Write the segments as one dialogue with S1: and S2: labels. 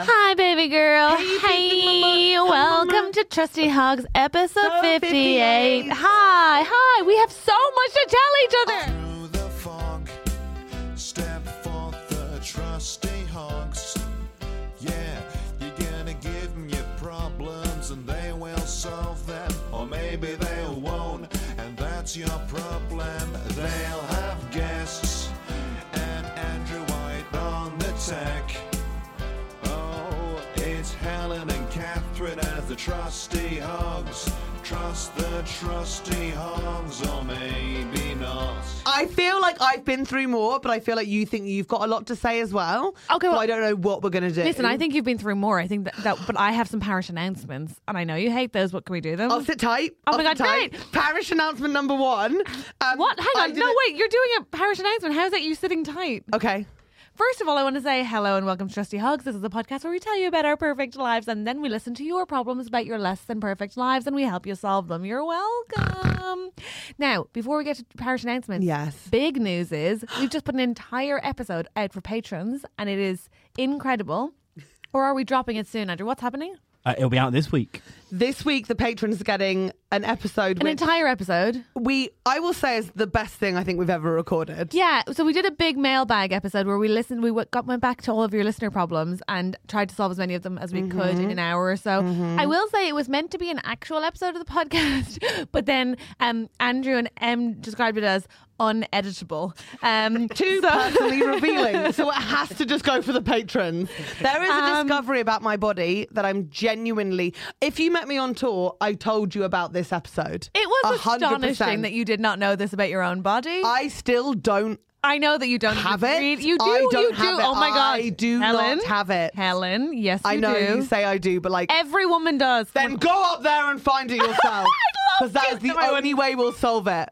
S1: Hi, baby girl. Hey, welcome to Trusty Hogs episode 58. Hi, hi. We have so much to tell
S2: Oh,
S1: each other.
S3: Through the fog, step forth the trusty hogs. Yeah, you're gonna give 'em your problems and they will solve them, or maybe they won't, and that's your problem. They'll have guests and Andrew White on the tech. Oh, it's Helen and Catherine as the trusty hogs. Trust the trusty hogs, or maybe not.
S2: I feel like I've been through more, but I feel like you think you've got a lot to say as well.
S1: Okay,
S2: So
S1: well-
S2: I don't know what we're gonna do.
S1: Listen, I think you've been through more. I think that, that but I have some parish announcements, and I know you hate those. What can we do them?
S2: I'll sit tight.
S1: Oh my
S2: I'll sit
S1: God,
S2: tight.
S1: great.
S2: Parish announcement number one. Um,
S1: What? Hang
S2: I
S1: on.
S2: did
S1: No,
S2: it-
S1: wait. You're doing a parish announcement. How is that you sitting tight?
S2: Okay.
S1: First of all, I want to say hello and welcome to Trusty Hugs. This is a podcast where we tell you about our perfect lives and then we listen to your problems about your less than perfect lives and we help you solve them. You're welcome. Now, before we get to parish announcements,
S2: Yes.
S1: big news is we've just put an entire episode out for patrons and it is incredible. Or are we dropping it soon, Andrew? What's happening?
S4: Uh, it'll be out this week.
S2: This week the patrons are getting an episode
S1: An
S2: which
S1: entire episode.
S2: we I will say is the best thing I think we've ever recorded.
S1: Yeah, so we did a big mailbag episode where we listened. We went- got went back to all of your listener problems and tried to solve as many of them as we
S2: Mm-hmm.
S1: could in an hour or so. I will say it was meant to be an actual episode of the podcast, but then um, Andrew and Em described it as uneditable. Um,
S2: Too
S1: so-
S2: personally revealing. So it has to just go for the patrons. There is a
S1: Um,
S2: discovery about my body that I'm genuinely if you met me on tour, I told you about this episode.
S1: It was
S2: 100%.
S1: astonishing that you did not know this about your own body. I,
S2: I still don't
S1: know that you don't
S2: have
S1: even
S2: it.
S1: read- You do.
S2: I
S1: you
S2: don't
S1: do.
S2: have it.
S1: Oh my god,
S2: I do
S1: Helen,
S2: not have it.
S1: Helen, yes,
S2: I
S1: you
S2: know
S1: do.
S2: you say I do, but like,
S1: Every woman does.
S2: then go up there and find it yourself.
S1: I'd love
S2: Because that
S1: to.
S2: is the
S1: No, I
S2: only way we'll solve it.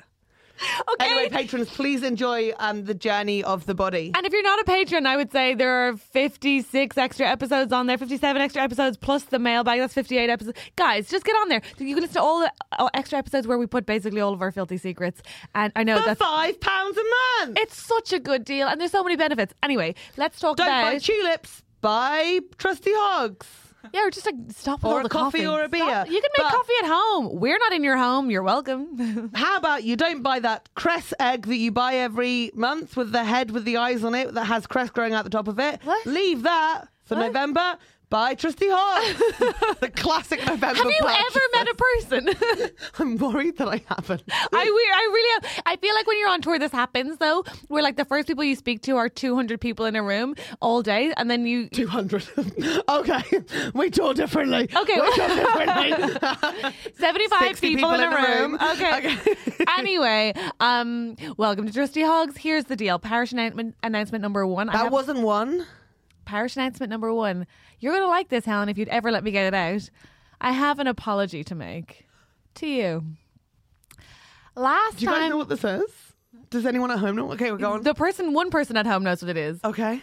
S1: okay.
S2: Anyway, patrons, please enjoy um, the journey of the body.
S1: And if you're not a patron, I would say there are 56 extra episodes on there, 57 extra episodes plus the mailbag. That's 58 episodes. Guys, just get on there. You can listen to all the uh, extra episodes where we put basically all of our filthy secrets. And I know
S2: For
S1: that's
S2: five pounds a month.
S1: it's such a good deal, and there's so many benefits. Anyway, let's talk
S2: Don't
S1: about
S2: buy tulips. Buy trusty hogs.
S1: yeah, or just like stop with
S2: Or
S1: all
S2: a
S1: the
S2: coffee or a
S1: Stop.
S2: beer.
S1: You can make
S2: But-
S1: coffee at home. We're not in your home. You're welcome.
S2: How about you don't buy that cress egg that you buy every month with the head with the eyes on it that has cress growing out the top of it?
S1: What?
S2: Leave that for
S1: What?
S2: November. Buy trusty hogs. the classic November.
S1: Have you
S2: purchase.
S1: ever met a person?
S2: I'm worried that I haven't.
S1: I we, I really I feel like when you're on tour this happens though where like the first people you speak to are 200 people in a room all day and then you
S2: 200. okay. We talk differently.
S1: Okay.
S2: We talk differently.
S1: 75
S2: 60
S1: people, in a room. Okay.
S2: Okay.
S1: anyway, um welcome to Trusty Hogs. Here's the deal. Parish announcement announcement number 1. I
S2: that
S1: have-
S2: wasn't one.
S1: parish announcement number 1. You're going to like this Helen if you'd ever let me get it out. I have an apology to make to you. Last
S2: Do you
S1: time
S2: guys know what this is? Does anyone at home know? Okay, we're going.
S1: The person, one person at home knows what it is.
S2: Okay.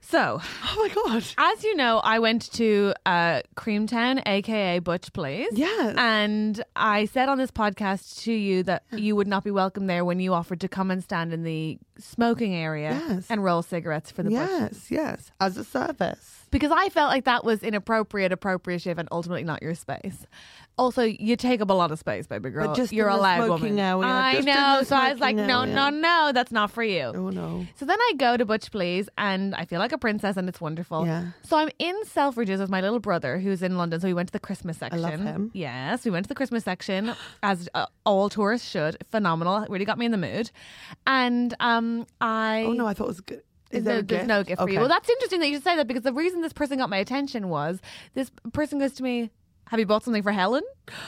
S1: So,
S2: Oh my god.
S1: as you know, I went to uh, Creamtown, aka Butch Place.
S2: Yes.
S1: And I said on this podcast to you that you would not be welcome there when you offered to come and stand in the smoking area
S2: Yes.
S1: and roll cigarettes for the Butches.
S2: Yes, yes. As a service.
S1: Because I felt like that was inappropriate, appropriative, and ultimately not your space. Also, you take up a lot of space, baby girl.
S2: just
S1: You're
S2: in
S1: a
S2: the
S1: loud
S2: smoking
S1: woman.
S2: area,
S1: I
S2: just in
S1: know.
S2: the
S1: So I was like,
S2: smoking
S1: no,
S2: area.
S1: no, no, that's not for you.
S2: Oh no.
S1: So then I go to Butch Please and I feel like a princess and it's wonderful.
S2: Yeah.
S1: So I'm in Selfridges with my little brother who's in London. So we went to the Christmas section.
S2: love him.
S1: Yes, we went to the Christmas section as uh, all tourists should. Phenomenal. Really got me in the mood. And um, I.
S2: Oh no, I thought it was good. Is
S1: no,
S2: there a
S1: there's
S2: gift?
S1: no gift for
S2: Okay.
S1: you. Well, that's interesting that you should say that because the reason this person got my attention was this person goes to me, Have you bought something for Helen?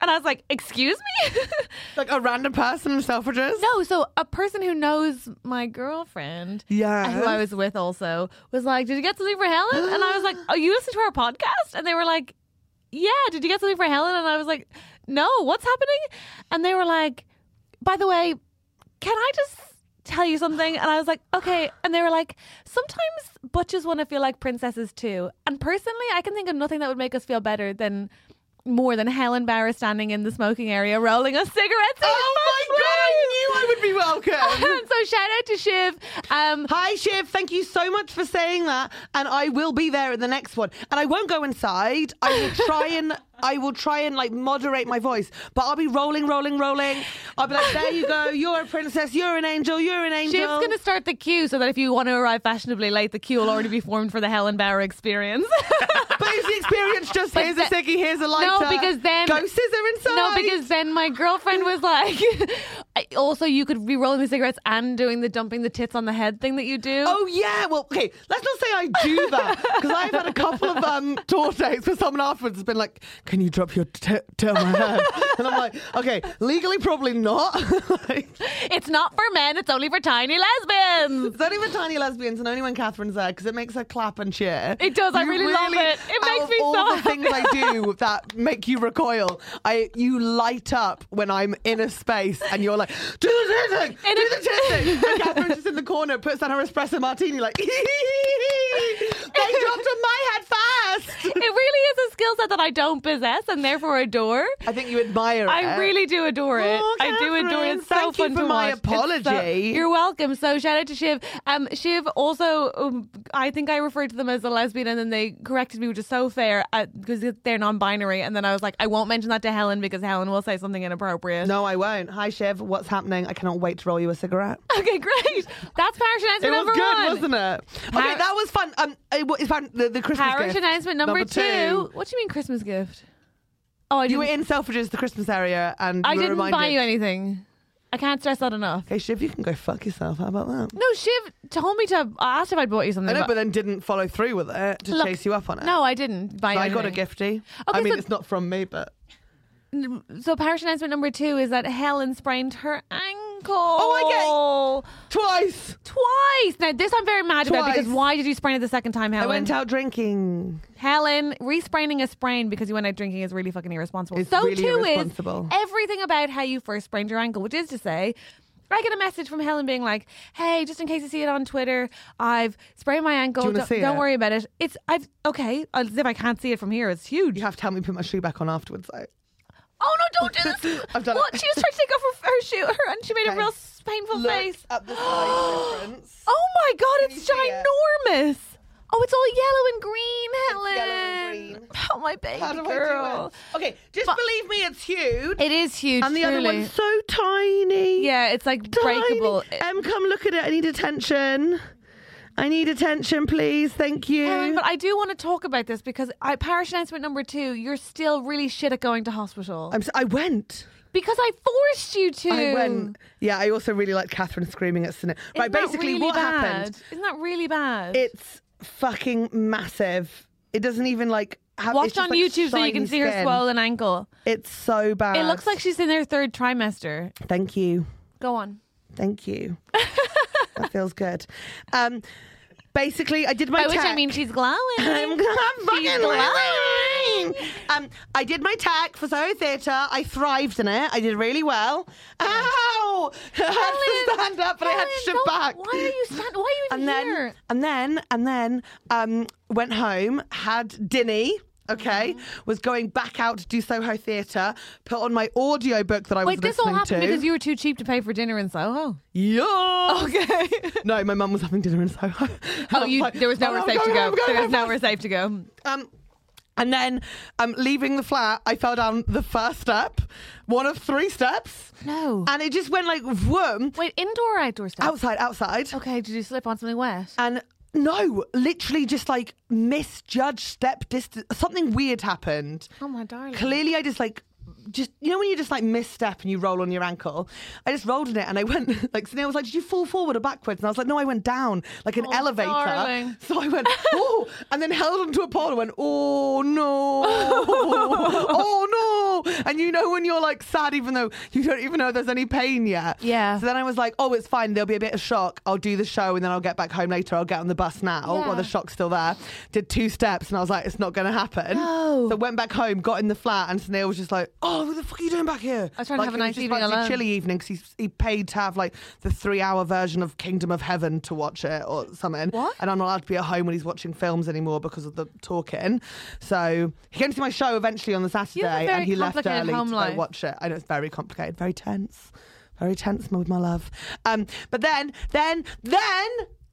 S1: And I was like, Excuse me?
S2: like a random person in Selfridges.
S1: No, so a person who knows my girlfriend, uh,
S2: Yes.
S1: who I was with also, was like, "Did you get something for Helen?" And I was like, "Oh, you listen to our podcast?" And they were like, "Yeah, did you get something for Helen?" And I was like, "No, what's happening?" And they were like, "By the way, can I just tell you something?" And I was like, "Okay." And they were like, "Sometimes butchers want to feel like princesses too." And personally, I can think of nothing that would make us feel better than. More than Helen Barra standing in the smoking area rolling us cigarettes. in
S2: Oh
S1: the
S2: my god,
S1: place.
S2: I knew I would be welcome.
S1: so shout out to Shiv. Um,
S2: Hi Shiv, thank you so much for saying that. And I will be there at the next one. And I won't go inside. I will try and I will try and like moderate my voice. But I'll be rolling, rolling, rolling. I'll be like, there you go, you're a princess, you're an angel, you're an angel.
S1: Shiv's going to start the queue so that if you want to arrive fashionably late, the queue will already be formed for the Helen Bauer experience.
S2: But is the experience just
S1: But
S2: here's a
S1: that-
S2: ciggy, here's a lighter?
S1: no, because then
S2: go scissor inside.
S1: No, because then my girlfriend was like, I- also you could be rolling the cigarettes and doing the dumping the tits on the head thing that you do.
S2: Oh yeah, well, okay. Let's not say I do that because I've had a couple of um, tour dates where someone afterwards has been like, "Can you drop your t- tail on my head?" And I'm like, "Okay, legally probably not." like,
S1: It's not for men; it's only for tiny lesbians.
S2: it's only for tiny lesbians and only when Catherine's there because it makes her clap and cheer.
S1: It does, I really love it. It
S2: out
S1: makes
S2: of
S1: me so
S2: all the
S1: happy.
S2: things I do that make you recoil. I you light up when I'm in a space and you're like, "Do the tit thing,
S1: And
S2: do
S1: it-
S2: the tit thing." And Catherine's just in the corner, puts down her espresso martini, like, "They dropped on my head fast."
S1: It really is a skill set that I don't possess and therefore adore.
S2: I think you admire.
S1: I
S2: it.
S1: really do adore it.
S2: Oh,
S1: I do adore
S2: Catherine,
S1: it. It's so
S2: thank you
S1: fun
S2: for
S1: to
S2: my
S1: watch. It's so-
S2: apology.
S1: you're welcome. So shout out to Shiv. Um, Shiv also, um, I think I referred to them as a lesbian, and then they corrected me, which is so fair because they're non-binary. And then I was like, I won't mention that to Helen because Helen will say something inappropriate.
S2: No, I won't. Hi, Shiv. What's happening? I cannot wait to roll you a cigarette.
S1: Okay, great. That's parish
S2: It
S1: announcement
S2: was
S1: number
S2: good,
S1: one.
S2: wasn't it?
S1: Par-
S2: okay, that was fun. Um, it was fun. The, the Christmas
S1: Parish
S2: gift.
S1: announcement number, two. What do you mean Christmas gift? Oh, I
S2: You
S1: didn't,
S2: were in Selfridges, the Christmas area, and you
S1: I
S2: were
S1: didn't
S2: reminded.
S1: buy you anything. I can't stress that enough.
S2: Okay, Shiv, you can go fuck yourself. How about that?
S1: No, Shiv told me to. I asked if I'd bought you something.
S2: I know,
S1: but-
S2: but then didn't follow through with it to
S1: Look,
S2: chase you up on it.
S1: No, I didn't buy.
S2: So I got a
S1: anything.
S2: gifty.
S1: Okay,
S2: I mean,
S1: so-
S2: it's not from me, but
S1: So parish announcement number two is that Helen sprained her ankle.
S2: Oh, twice.
S1: Twice. Now this I'm very mad about because
S2: Twice.
S1: why did you sprain it the second time, Helen?
S2: I went out drinking.
S1: Helen, re-spraining a sprain because you went out drinking is really fucking irresponsible.
S2: It's
S1: so
S2: really
S1: too
S2: irresponsible.
S1: is everything about how you first sprained your ankle, which is to say. I get a message from Helen being like, "Hey, just in case you see it on Twitter, I've sprained my ankle.
S2: Do you wanna
S1: not
S2: see
S1: don't
S2: it?"
S1: worry about it. It's I've okay. As if I can't see it from here, it's huge.
S2: You have to help me put my shoe back on afterwards. Though.
S1: Oh no! Don't do this.
S2: I've done
S1: what?
S2: it.
S1: She just tried to take off her, her shoe, her, and she made a
S2: Okay.
S1: real s- painful
S2: Look
S1: face.
S2: at the size difference.
S1: Oh my god!
S2: you
S1: It's
S2: see it?
S1: ginorous. Oh, it's all yellow and green, Helen.
S2: yellow and green.
S1: Oh my baby
S2: How do
S1: girl.
S2: I do it? Okay, just
S1: But-
S2: believe me, it's huge.
S1: It is huge.
S2: and the other
S1: truly.
S2: one's so tiny.
S1: yeah, it's like
S2: Tiny.
S1: breakable.
S2: Em, come look at it. I need attention. I need attention, please. Thank you.
S1: Helen, but I do want to talk about this because I, parish announcement number two, you're still really shit at going to hospital
S2: I'm s- I went.
S1: because I forced you to.
S2: I went. Yeah, I also really like Catherine screaming at Sinead. Right,
S1: Isn't that
S2: basically,
S1: really
S2: what
S1: bad?
S2: happened?
S1: Isn't that really bad?
S2: It's fucking massive. It doesn't even like have. it's
S1: Watch
S2: just,
S1: on
S2: like,
S1: YouTube so you can
S2: shiny
S1: see her
S2: skin. Uh,
S1: swollen ankle.
S2: It's so bad.
S1: It looks like she's in her third trimester.
S2: Thank you.
S1: Go on.
S2: Thank you. that feels good. Um, basically, I did my.
S1: By which I
S2: tech.
S1: mean she's glowing.
S2: I'm, I'm fucking
S1: she's
S2: glowing. mean? Um, I did my tack for Soho Theatre. I thrived in it. I did really well. Ow! I had to
S1: Helen,
S2: stand up, but I had
S1: Helen,
S2: to shift
S1: don't-
S2: back.
S1: Why are you stand? Why are you
S2: and
S1: even
S2: then
S1: here?
S2: and then and then um, went home, had dinner. Okay,
S1: Mm-hmm.
S2: was going back out to do Soho Theatre, put on my audio book that I
S1: Wait,
S2: was
S1: this
S2: listening
S1: all happened
S2: to.
S1: because you were too cheap to pay for dinner in Soho.
S2: Yeah.
S1: Okay.
S2: No, my mum was having dinner in Soho.
S1: oh, you, there was nowhere
S2: I'm
S1: safe to
S2: going
S1: go.
S2: home, going
S1: There was
S2: home.
S1: nowhere safe to go.
S2: Um, and then um, leaving the flat, I fell down the first step, one of three steps.
S1: No.
S2: And it just went like vroom,
S1: Wait, indoor or outdoor stuff?
S2: outside, outside.
S1: Okay, did you slip on something wet?
S2: And no, literally just like misjudged step distance. Something weird happened.
S1: Oh, my darling.
S2: Clearly, I just like. Just you know when you just like misstep and you roll on your ankle, I just rolled in it and I went like Sunil was like, "Did you fall forward or backwards?" And I was like, "No, I went down like an
S1: Oh,
S2: elevator."
S1: darling.
S2: So I went oh, and then held onto a pole and went oh no, oh no, and you know when you're like sad even though you don't even know there's any pain yet.
S1: Yeah.
S2: So then I was like, oh, it's fine. There'll be a bit of shock. I'll do the show and then I'll get back home later. I'll get on the bus now
S1: Yeah.
S2: while the shock's still there. Did two steps and I was like, it's not going to happen.
S1: No.
S2: So went back home, got in the flat, and Sunil was just like, oh, what the fuck are you doing back here?
S1: I was trying to
S2: Like,
S1: have a
S2: it was
S1: nice
S2: just
S1: evening
S2: fancy
S1: alone.
S2: chilly evening because he, he paid to have like the three hour version of Kingdom of Heaven to watch it or something.
S1: What?
S2: And I'm not allowed to be at home when he's watching films anymore because of the talking. So he came to my show eventually on the Saturday
S1: You have a very
S2: and he left
S1: complicated
S2: early
S1: home
S2: to go
S1: life.
S2: watch watch it. I know it's very complicated, very tense, very tense, my, my love. Um, but then, then, then,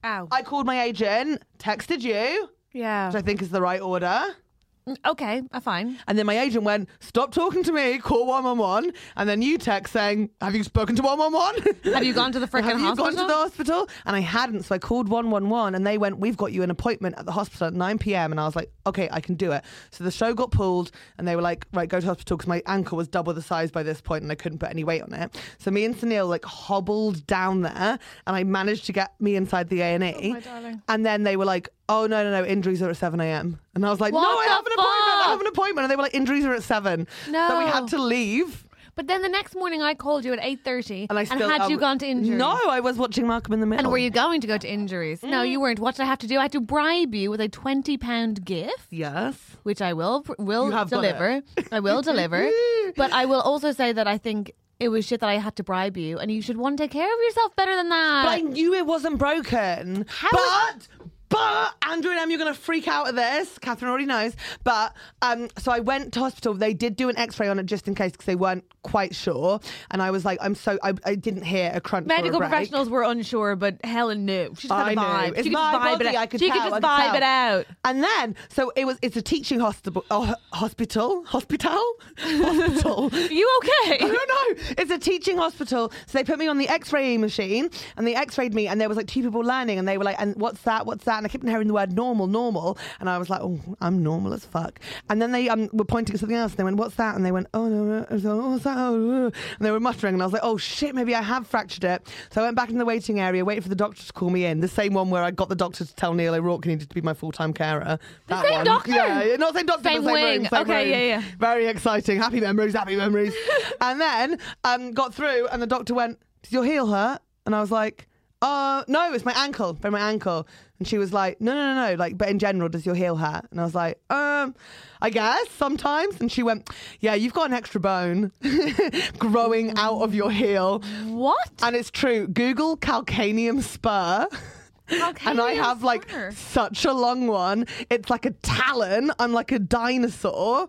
S1: Ow.
S2: I called my agent, texted you,
S1: yeah.
S2: which I think is the right order.
S1: Okay, uh, fine.
S2: And then my agent went, "Stop talking to me. Call one one one." And then you text saying, "Have you spoken to one one one?
S1: Have you gone to the frickin'
S2: Have you gone to
S1: hospital?"
S2: the hospital?" And I hadn't, so I called one one one, and they went, "We've got you an appointment at the hospital at nine p.m." And I was like, "Okay, I can do it." So the show got pulled, and they were like, "Right, go to hospital," because my ankle was double the size by this point, and I couldn't put any weight on it. So me and Sunil like hobbled down there, and I managed to get me inside the A and E.
S1: Oh, my darling.
S2: And then they were like, "Oh no, no, no! Injuries are at seven a.m." And I was like,
S1: What
S2: "No, I
S1: the
S2: have an appointment. I have
S1: fuck?
S2: an appointment and they were like injuries are at seven
S1: No.
S2: so we had to leave
S1: But then the next morning, I called you at eight thirty,
S2: and i still
S1: had
S2: I
S1: you
S2: w-
S1: gone to injuries?
S2: no i Mm. was watching malcolm in the middle
S1: And were you going to go to injuries? No, you weren't. What did I have to do? I had to bribe you with a twenty pound gift,
S2: yes
S1: which I will will
S2: You have done
S1: deliver. I will deliver. But I will also say that I think it was shit that I had to bribe you, and you should want to take care of yourself better than that.
S2: but i knew it wasn't broken
S1: How
S2: but but Andrew and Em, you're gonna freak out at this. Catherine already knows. But um, so I went to hospital. They did do an X-ray on it just in case because they weren't quite sure. And I was like, I'm so I, I didn't hear a crunch. or a
S1: Medical
S2: break.
S1: professionals were unsure, but Helen knew. She just had
S2: I
S1: a
S2: know.
S1: vibe.
S2: It's
S1: she
S2: my
S1: could just vibe
S2: body,
S1: it out.
S2: I could
S1: she
S2: tell,
S1: could
S2: I
S1: just
S2: could
S1: vibe
S2: tell.
S1: it out.
S2: And then, so it was. It's a teaching hospital, oh, hospital, hospital, hospital.
S1: You okay?
S2: I don't know. It's a teaching hospital. So they put me on the x-ray machine and they x-rayed me and there was like two people learning and they were like, and what's that? What's that? And I kept hearing the word normal, normal. And I was like, oh, I'm normal as fuck. And then they um, were pointing at something else and they went, what's that? And they went, oh, no, no. I was like, oh, what's that? Oh, no. And they were muttering and I was like, oh shit, maybe I have fractured it. So I went back in the waiting area, waited for the doctor to call me in. The same one where I got the doctor to tell Neil O'Rourke he needed to be my full-time carer. The
S1: same doctor?
S2: Yeah, yeah, not same doctor,
S1: Same
S2: but same
S1: wing.
S2: room, same
S1: Okay,
S2: room.
S1: yeah, yeah.
S2: Very exciting. Happy memories, happy memories. and then um, got through, and the doctor went, Does your heel hurt? And I was like, Oh, no, it's my ankle, but my ankle. And she was like, No, no, no, no. Like, but in general, does your heel hurt? And I was like, Um, I guess sometimes. And she went, Yeah, you've got an extra bone growing out of your heel.
S1: What?
S2: And it's true. Google calcaneum spur. and I
S1: Calcaneum
S2: have like
S1: spur.
S2: such a long one. It's like a talon. I'm like a dinosaur.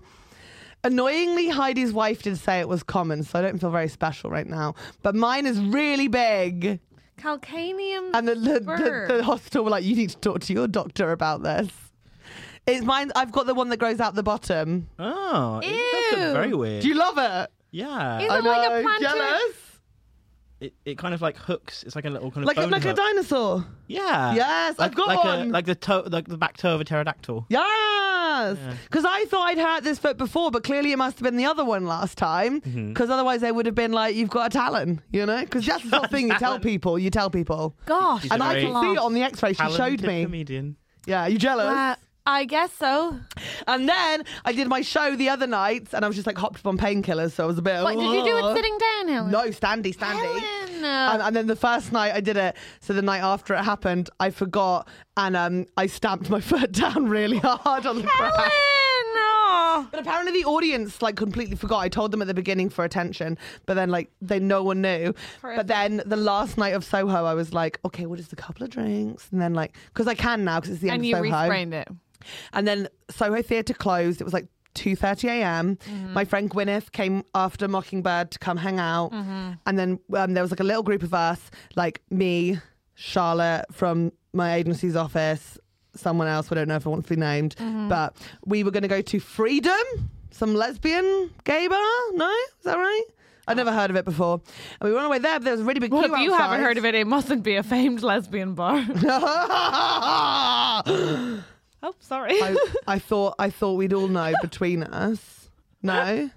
S2: Annoyingly, Heidi's wife did say it was common, so I don't feel very special right now. But mine is really big.
S1: Calcaneum
S2: And the, the,
S1: spur.
S2: the, the hospital were like, you need to talk to your doctor about this. It's mine. I've got the one that grows out the bottom.
S4: Oh, it does look
S1: Ew.
S4: very weird.
S2: Do you love it?
S4: yeah,
S1: Is
S2: I
S1: it like a
S2: know,
S1: plantar-
S2: jealous.
S4: it, it kind of like hooks. It's like a little kind of
S2: Like, a,
S4: bone
S2: like a
S4: hook.
S2: dinosaur.
S4: Yeah.
S2: Yes,
S4: like,
S2: I've got
S4: like
S2: one.
S4: A, like the toe, like the back toe of a pterodactyl.
S2: Yes, because I thought I'd hurt this foot before, but clearly it must have been the other one last time. Because otherwise, they would have been like, "You've got a talon," you know. Because that's the sort of thing you tell people. You tell people,
S1: Gosh,
S4: She's
S2: and I
S4: very
S2: can see it on the X-ray. She showed
S4: Talented
S2: me.
S4: comedian.
S2: Yeah, you jealous?
S1: Uh, I guess so.
S2: And then I did my show the other night, and I was just like hopped up on painkillers, so I was a bit.
S1: But did you do it sitting down, Helen?
S2: Uh, No, standy, standy.
S1: Helen.
S2: And, and then the first night I did it, so the night after it happened, I forgot, and um, I stamped my foot down really hard on the ground.
S1: Helen, no.
S2: But apparently the audience like completely forgot. I told them at the beginning for attention, but then like they no one knew. But then the last night of Soho, I was like, okay, we'll just a couple of drinks, and then like because I can now because it's the end
S1: and
S2: of
S1: you
S2: Soho.
S1: reframed it.
S2: And then Soho Theatre closed. It was like 2.30 a.m.
S1: Mm-hmm.
S2: My friend Gwyneth came after Mockingbird to come hang out.
S1: Mm-hmm.
S2: And then um, there was like a little group of us, like me, Charlotte from my agency's office, someone else, we don't know if I want to be named,
S1: Mm-hmm.
S2: but we were going to go to Freedom, some lesbian gay bar. No? Is that right? I'd never heard of it before. And we were on our way there, but there was a really big
S1: Well,
S2: queue
S1: if you haven't
S2: outside.
S1: heard of it, it mustn't be a famed lesbian bar. oh, sorry.
S2: I, I thought I thought we'd all know between us. No.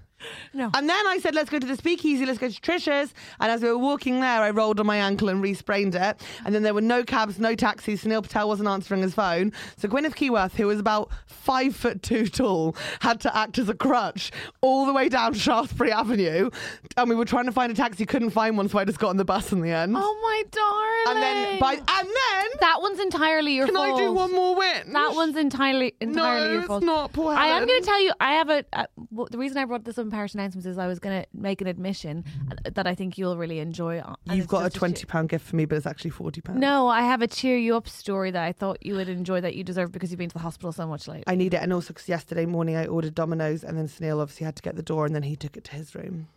S1: No.
S2: And then I said, let's go to the speakeasy, let's go to Trisha's. And as we were walking there, I rolled on my ankle and resprained it. And then there were no cabs, no taxis. Sunil Patel wasn't answering his phone. So Gwyneth Keyworth, who was about five foot two tall, had to act as a crutch all the way down Shaftesbury Avenue. And we were trying to find a taxi, couldn't find one, so I just got on the bus in the end.
S1: oh my
S2: and
S1: darling.
S2: then by and then
S1: that one's entirely your
S2: can
S1: fault.
S2: I do one more win?
S1: That one's entirely entirely
S2: No,
S1: your
S2: it's
S1: fault.
S2: not, poor
S1: I am
S2: Helen.
S1: going to tell you. I have a. Uh, well, the reason I brought this up in Parish Announcements is I was going to make an admission uh, that I think you'll really enjoy. uh, and
S2: You've
S1: it's
S2: got a
S1: just
S2: twenty
S1: cheer-
S2: pound gift for me, but it's actually forty pounds.
S1: No, I have a cheer you up story that I thought you would enjoy that you deserve because you've been to the hospital so much lately.
S2: I need it. And also, because yesterday morning I ordered Domino's, and then Sunil obviously had to get the door, and then he took it to his room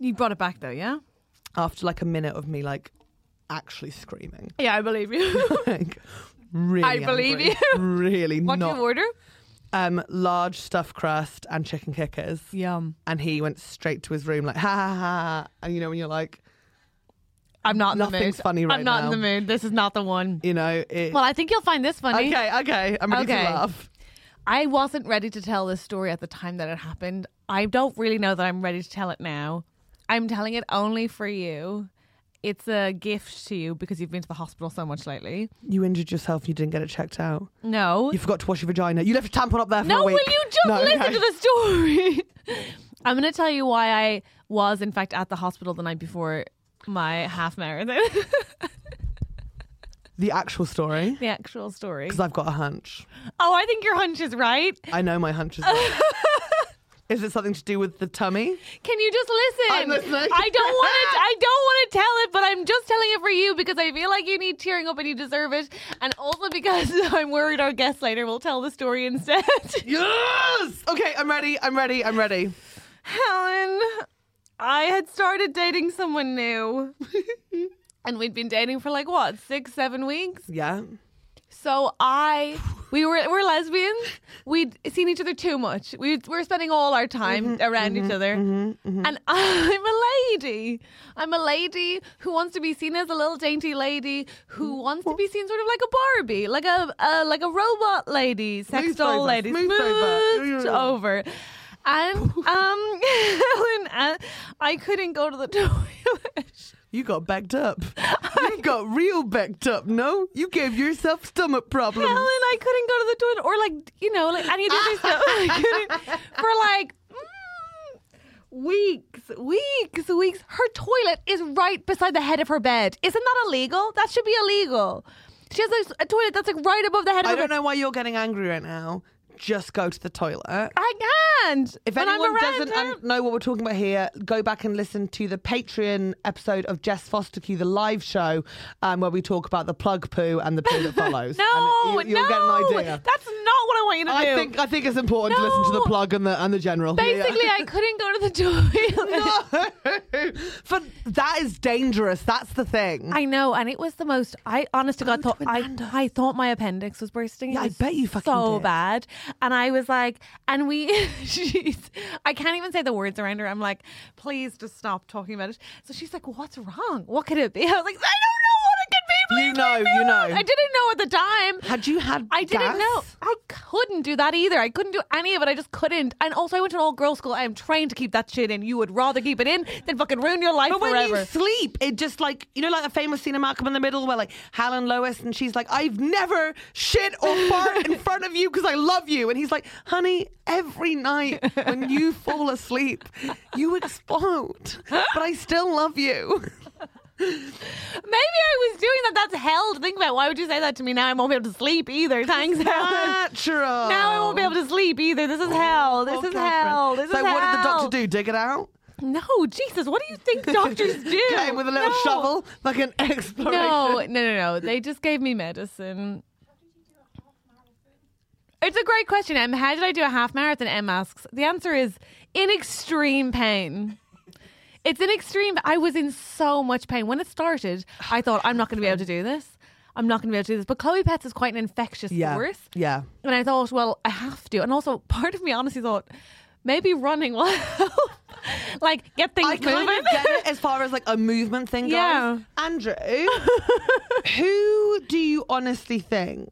S1: you brought it back though, yeah?
S2: after like a minute of me like actually screaming,
S1: Yeah, I believe you.
S2: like really.
S1: I believe
S2: angry.
S1: you.
S2: Really
S1: what do
S2: not.
S1: you order?
S2: um, large stuffed crust and chicken kickers,
S1: Yum.
S2: and he went straight to his room like ha ha ha, and you know when you're like,
S1: I'm not in the mood.
S2: Nothing's funny
S1: I'm
S2: right
S1: not
S2: now.
S1: in the mood. This is not the one.
S2: you know, it,
S1: Well, I think you'll find this funny.
S2: okay, okay, I'm ready
S1: Okay.
S2: to laugh.
S1: I wasn't ready to tell this story at the time that it happened. I don't really know that I'm ready to tell it now. I'm telling it only for you. It's a gift to you because you've been to the hospital so much lately.
S2: You injured yourself. You didn't get it checked out.
S1: No.
S2: You forgot to wash your vagina. You left a tampon up there for
S1: no,
S2: a
S1: will
S2: week.
S1: you just
S2: No,
S1: listen
S2: okay.
S1: to the story? I'm going to tell you why I was, in fact, at the hospital the night before my half marathon.
S2: the actual story?
S1: the actual story.
S2: Because I've got a hunch.
S1: Oh, I think your hunch is right.
S2: I know my hunch is wrong. Is it something to do with the tummy?
S1: Can you just listen?
S2: I'm listening.
S1: I don't want to. I don't want to tell it, but I'm just telling it for you because I feel like you need tearing up and you deserve it, and also because I'm worried our guest later will tell the story instead.
S2: Yes! Okay, I'm ready. I'm ready. I'm ready.
S1: Helen, I had started dating someone new, and we'd been dating for like what six, seven weeks.
S2: Yeah.
S1: So I, we were we're lesbians. We'd seen each other too much. We were spending all our time around each other. And I'm a lady. I'm a lady who wants to be seen as a little dainty lady who wants to be seen sort of like a Barbie, like a, a like a robot lady, sex
S2: Moved
S1: doll
S2: over,
S1: lady,
S2: moved over.
S1: smoothed over. And um, Helen, uh, I couldn't go to the toilet.
S2: You got backed up. You got real backed up, no? You gave yourself stomach problems.
S1: Helen, I couldn't go to the toilet, or like you know, like any of the other stuff. I couldn't for like mm, weeks, weeks, weeks. Her toilet is right beside the head of her bed. Isn't that illegal? That should be illegal. She has a, a toilet that's like right above the head
S2: I
S1: of her.
S2: don't know why you're getting angry right now. Just go to the toilet.
S1: I can't.
S2: If
S1: When I'm
S2: anyone
S1: around
S2: doesn't
S1: him-
S2: un- know what we're talking about here, go back and listen to the Patreon episode of Jess Foster Q, the live show, um, where we talk about the plug poo and the poo that follows.
S1: no,
S2: And you, will
S1: no,
S2: get an idea.
S1: that's not what I want you to
S2: I
S1: do.
S2: think I think it's important to listen to the
S1: No.
S2: plug and the and the general.
S1: Basically, I couldn't go to the toilet.
S2: but that is dangerous. That's the thing.
S1: I know, and it was the most. I honest to God
S2: Go
S1: thought
S2: to
S1: I,
S2: Nando's.
S1: I thought my appendix was bursting. It
S2: Yeah, I
S1: was
S2: bet you fucking
S1: so
S2: did.
S1: bad. And I was like, and we, she's, I can't even say the words around her. I'm like, please just stop talking about it. So she's like, what's wrong? What could it be? I was like, I don't know what it could be. Please
S2: You
S1: leave
S2: know,
S1: me
S2: you know.
S1: alone." I didn't know at the time.
S2: Had you had
S1: I didn't
S2: gas?
S1: know. I couldn't do that either. I couldn't do any of it. I just couldn't. And also, I went to an all girls school. I am trained to keep that shit in. You would rather keep it in than fucking ruin your life
S2: But when
S1: forever.
S2: you sleep, it just like you know, like the famous scene in Malcolm in the Middle, where like Helen Lois and she's like, "I've never shit or fart in front of you because I love you," and he's like, "Honey, every night when you fall asleep, you explode, but I still love you."
S1: Maybe I was doing that. That's hell to think about. Why would you say that to me now? I won't be able to sleep either. Thanks, Helen.
S2: Natural.
S1: Now I won't be able to sleep either. This is hell. This
S2: Poor
S1: is
S2: Catherine.
S1: hell. This
S2: Oh, so
S1: is
S2: what did the
S1: hell.
S2: doctor do? Dig it out?
S1: No, Jesus, what do you think doctors do?
S2: Came with a little
S1: No.
S2: shovel, like an exploration.
S1: No, no, no, no. They just gave me medicine. It's a great question, Em. How did I do a half marathon? Em asks. The answer is in extreme pain. It's in extreme. I was in so much pain when it started. I thought I'm not going to be able to do this. I'm not going to be able to do this. But Chloe Pets is quite an infectious
S2: Yeah.
S1: force.
S2: Yeah.
S1: And I thought, well, I have to. And also, part of me honestly thought maybe running will help. like get things
S2: I kind
S1: moving.
S2: of get it as far as like a movement thing goes.
S1: Yeah.
S2: Andrew, who do you honestly think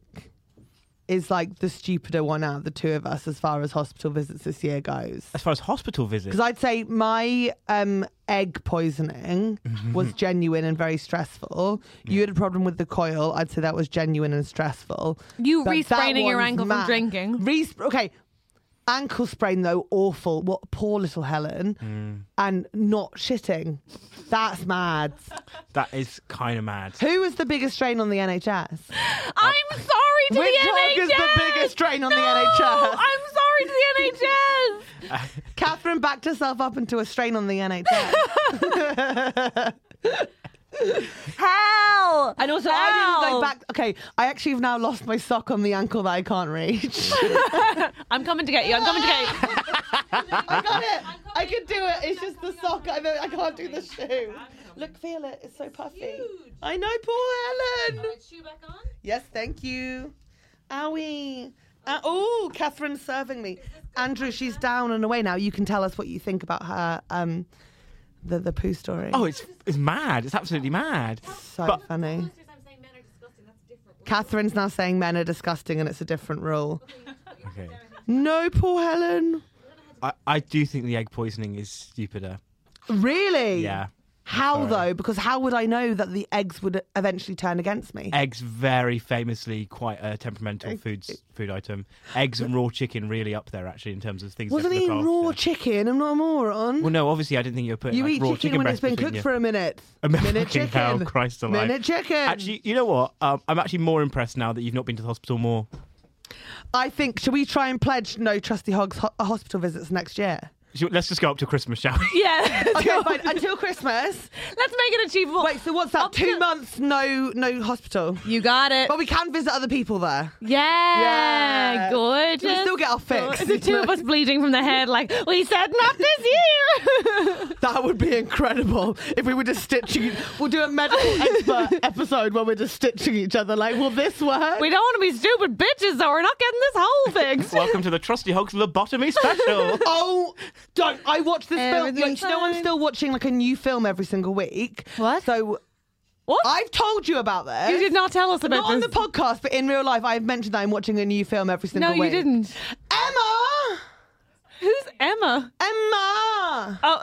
S2: is like the stupider one out of the two of us as far as hospital visits this year goes?
S4: As far as hospital visits,
S2: Because I'd say my um, egg poisoning was genuine and very stressful. You had a problem with the coil. I'd say that was genuine and stressful.
S1: You
S2: But that
S1: respraining your
S2: one's
S1: ankle
S2: mad.
S1: from drinking.
S2: Res- okay. Ankle sprain though, awful. What poor little Helen, and not shitting. That's mad.
S4: that is kind of mad.
S2: Who is the biggest strain on the NHS?
S1: I'm sorry to
S2: Uh, Which
S1: the
S2: drug
S1: NHS.
S2: is the biggest strain on the
S1: No,
S2: NHS?
S1: I'm sorry to the NHS.
S2: Catherine backed herself up into a strain on the NHS.
S1: Hell.
S2: And also,
S1: Hell.
S2: I didn't go back. Okay, I actually have now lost my sock on the ankle that I can't reach.
S1: I'm coming to get you. I'm coming to get you.
S2: I got it. I could do it. It's just the sock. I, I can't do the shoe. Look, feel it. It's so puffy. I know, poor Helen.
S1: Shoe back on.
S2: Yes, thank you. Owie. Uh, oh, Catherine's serving me. Andrew, she's down and away now. You can tell us what you think about her, um, the the poo story.
S4: Oh, it's it's mad. It's absolutely mad.
S2: so
S4: but-
S2: funny. Catherine's now saying men are disgusting and it's a different rule.
S4: Okay.
S2: No, poor Helen.
S4: I, I do think the egg poisoning is stupider.
S2: Really?
S4: Yeah.
S2: How
S4: Sorry.
S2: though? Because how would I know that the eggs would eventually turn against me?
S4: Eggs very famously quite a temperamental food food item. Eggs and raw chicken really up there actually in terms of things. you have
S2: Wasn't
S4: to
S2: he
S4: look
S2: raw
S4: after.
S2: chicken? I'm not a moron.
S4: Well, no, obviously I didn't think you were putting
S2: you
S4: like,
S2: eat
S4: raw
S2: chicken, when it's
S4: breast
S2: been
S4: between
S2: cooked
S4: you.
S2: for a minute.
S4: A
S2: minute
S4: fucking
S2: chicken.
S4: hell, Christ alive.
S2: Minute chicken.
S4: Actually, you know what? Um, I'm actually more impressed now that you've not been to the hospital more.
S2: I think should we try and pledge no trusty hogs ho- hospital visits next year?
S4: Sh- Let's just go up to Christmas, shall we?
S1: Yeah.
S2: Okay, fine. Until Christmas.
S1: Let's make it achievable.
S2: Wait, so what's that?
S1: Oh, Up
S2: Two
S1: to-
S2: months, no, no hospital.
S1: You got it.
S2: But we can visit other people there.
S1: Yeah,
S2: Yeah.
S1: gorgeous.
S2: We still get our fix.
S1: The two of us bleeding from the head, like we said, not this year.
S2: That would be incredible if we were just stitching. We'll do a medical expert episode where we're just stitching each other. Like, will this work?
S1: we don't want to be stupid bitches, so we're not getting this whole fixed.
S4: Welcome to the Trusty Hogs lobotomy special.
S2: Oh, don't! I watch this film. Like,
S1: Everything's
S2: you know, I'm
S1: fine.
S2: still watching like a new film every single week.
S1: What?
S2: So
S1: what?
S2: I've told you about this.
S1: you did not tell us about
S2: Not on
S1: this.
S2: the podcast, but in real life, I've mentioned that I'm watching a new film every single
S1: no,
S2: week.
S1: you didn't.
S2: Emma,
S1: Who's Emma?
S2: Emma,
S1: Oh,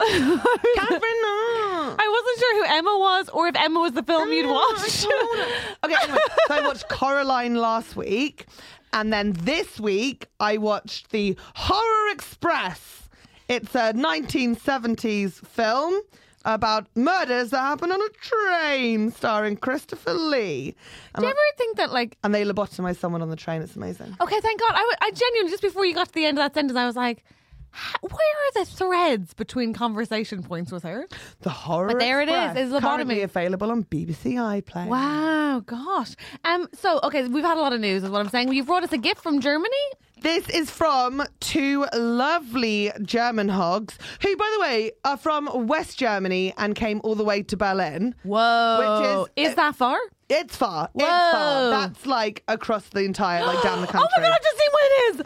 S2: Catherine. no.
S1: I wasn't sure who Emma was, or if Emma was the film you'd
S2: Yeah,
S1: watched.
S2: I told her. okay, anyway, so I watched Coraline last week, and then this week I watched the Horror Express. It's a 1970s film about murders that happen on a train, starring Christopher Lee.
S1: Do you ever think that, like,
S2: And they lobotomize someone on the train. It's amazing.
S1: okay, thank God, I, w- I genuinely just before you got to the end of that sentence, I was like. "H- Where are the threads between conversation points with her?
S2: The horror.
S1: But there it is,
S2: Express,
S1: it's lobotomy.
S2: currently available on BBC iPlayer.
S1: Wow, gosh. Um. So, okay, we've had a lot of news, is what I'm saying. You brought us a gift from Germany.
S2: This is from two lovely German hogs who, by the way, are from West Germany and came all the way to Berlin.
S1: Whoa, Uh,
S2: Which is-
S1: is that far?
S2: It's far. It's
S1: Whoa.
S2: far. That's like across the entire, like down the country.
S1: Oh my god, I've just seen what it is.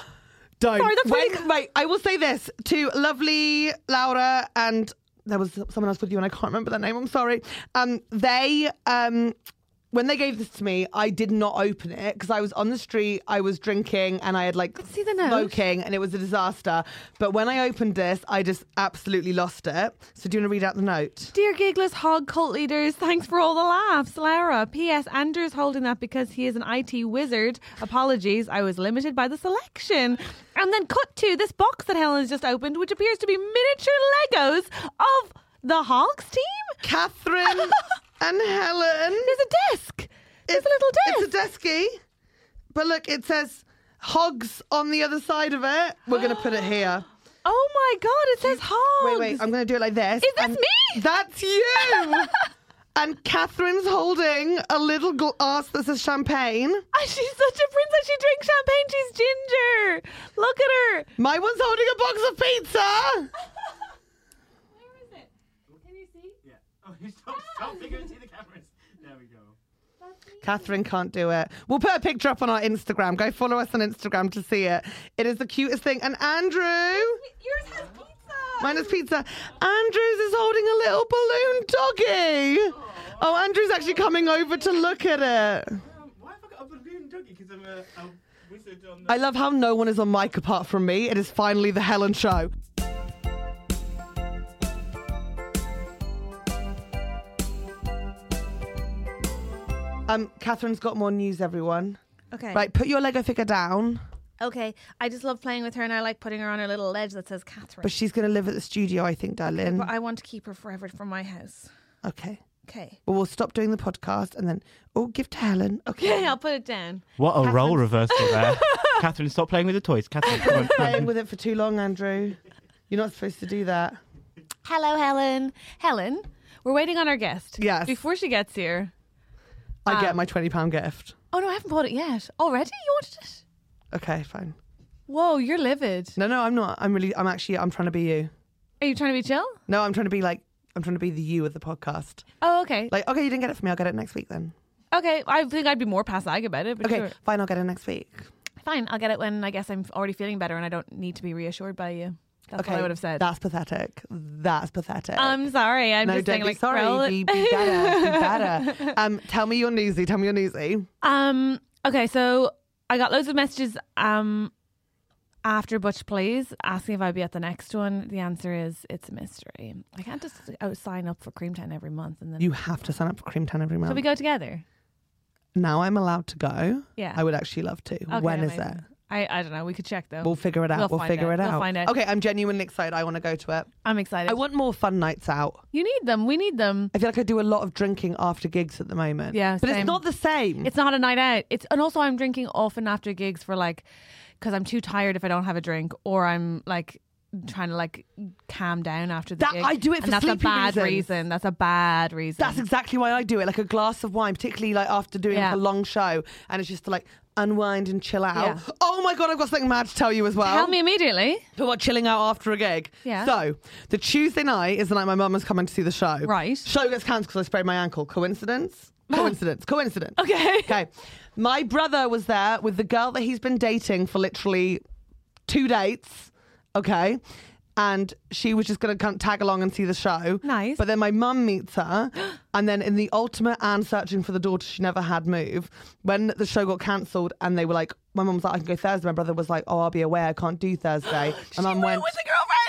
S1: Ah!
S2: Don't.
S1: Sorry, that's
S2: when,
S1: really cl-
S2: Right, I will say this to lovely Laura and there was someone else with you and I can't remember their name. I'm sorry. Um, they um. When they gave this to me, I did not open it because I was on the street, I was drinking, and I had like
S1: see the note.
S2: smoking, and it was a disaster. But when I opened this, I just absolutely lost it. So, do you want to read out the note?
S1: Dear Gigless Hog cult leaders, thanks for all the laughs. Lara, P.S. Andrew's holding that because he is an IT wizard. Apologies, I was limited by the selection. And then cut to this box that Helen's just opened, which appears to be miniature Legos of the Hawks team?
S2: Catherine and Helen.
S1: There's a desk. There's a little desk.
S2: It's a desky. But look, it says hogs on the other side of it. We're going to put it here.
S1: oh my god! It says Hogs.
S2: Wait, wait, I'm going to do it like
S1: Is
S2: this.
S1: this
S2: And
S1: me?
S2: That's you. and Catherine's holding a little glass that says champagne.
S1: Ah, She's such a princess. She drinks champagne. She's ginger. Look at her.
S2: My one's holding a box of pizza.
S1: Where is it? Can you see?
S4: Yeah. Oh, stop, stop figuring see the cameras. There we go.
S2: Catherine can't do it. We'll put a picture up on our Instagram. Go follow us on Instagram to see it. It is the cutest thing. And Andrew.
S1: Yours has pizza.
S2: Mine is pizza. Andrews is holding a little balloon doggy. Oh, Andrew's actually coming over to look at it.
S4: Um, why have I got a balloon doggy? Because I'm a, a wizard on the.
S2: I love how no one is on mic apart from me. It is finally the Helen show. Um, Catherine's got more news, everyone.
S1: Okay.
S2: Right, put your Lego figure down,
S1: Okay. I just love playing with her, and I like putting her on a little ledge that says Catherine.
S2: but she's going to live at the studio, I think, darling.
S1: but I want to keep her forever from my house.
S2: Okay.
S1: Okay.
S2: Well, we'll stop doing the podcast and then, oh, give to Helen. Okay.
S1: Okay, I'll put it down.
S4: What a role reversal there. Catherine, stop playing with the toys. Catherine, come on.
S2: playing with it for too long, Andrew. You're not supposed to do that.
S1: Hello, Helen. Helen, we're waiting on our guest.
S2: Yes.
S1: Before she gets here.
S2: I get
S1: Um,
S2: my twenty pound gift.
S1: Oh no, I haven't bought it yet. Already? You wanted it?
S2: Okay, fine.
S1: Whoa, you're livid.
S2: No, no, I'm not. I'm really. I'm actually. I'm trying to be you.
S1: Are you trying to be chill?
S2: No, I'm trying to be like. I'm trying to be the you of the podcast.
S1: Oh, okay.
S2: Like, okay, you didn't get it for me. I'll get it next week then.
S1: Okay, I think I'd be more passag about it. But
S2: Okay,
S1: sure.
S2: fine. I'll get it next week.
S1: fine. I'll get it when I guess I'm already feeling better and I don't need to be reassured by you. That's
S2: okay,
S1: what I would have said.
S2: That's pathetic. That's pathetic.
S1: I'm sorry. I'm
S2: no,
S1: just saying,
S2: don't be
S1: like, roll
S2: sorry.
S1: it.
S2: Be, be better. Be better. Um, tell me your newsy. Tell me your newsy.
S1: Um. Okay. So I got loads of messages. Um. After Butch Please, asking if I'd be at the next one. The answer is it's a mystery. I can't just oh, sign up for Creamtown every month and then.
S2: You have to sign up for Creamtown every month.
S1: Should we go together?
S2: now I'm allowed to go.
S1: Yeah.
S2: I would actually love to.
S1: Okay,
S2: when is
S1: amazing.
S2: it?
S1: I, I don't know. We could check though.
S2: We'll figure it out.
S1: We'll
S2: We'll,
S1: find
S2: figure
S1: out.
S2: it out.
S1: We'll find out.
S2: Okay, I'm genuinely excited. I want to go to it.
S1: I'm excited.
S2: I want more fun nights out.
S1: you need them. We need them.
S2: I feel like I do a lot of drinking after gigs at the moment.
S1: Yeah,
S2: but
S1: same.
S2: it's not the same.
S1: It's not a night out. It's and also I'm drinking often after gigs for like because I'm too tired if I don't have a drink or I'm like trying to like calm down after the
S2: That-
S1: gig.
S2: I do it for
S1: and that's a
S2: sleepy
S1: bad
S2: reasons.
S1: reason. That's a bad reason.
S2: That's exactly why I do it. Like a glass of wine, particularly like after doing
S1: Yeah.
S2: like a long show, and it's just to like unwind and chill out.
S1: Yeah.
S2: Oh my god, I've got something mad to tell you as well.
S1: Tell me immediately.
S2: But what chilling out after a gig.
S1: Yeah.
S2: So the Tuesday night is the night my mum was coming to see the show.
S1: Right.
S2: Show gets cancelled because I sprained my ankle. Coincidence? Coincidence. Coincidence.
S1: Okay.
S2: Okay. My brother was there with the girl that he's been dating for literally two dates. Okay. And she was just going to come tag along and see the show.
S1: Nice.
S2: But then my mum meets her. And then in the ultimate and searching for the daughter she never had move, when the show got cancelled and they were like, my mum was like, I can go Thursday. My brother was like, oh, I'll be away. I can't do Thursday. And mum went,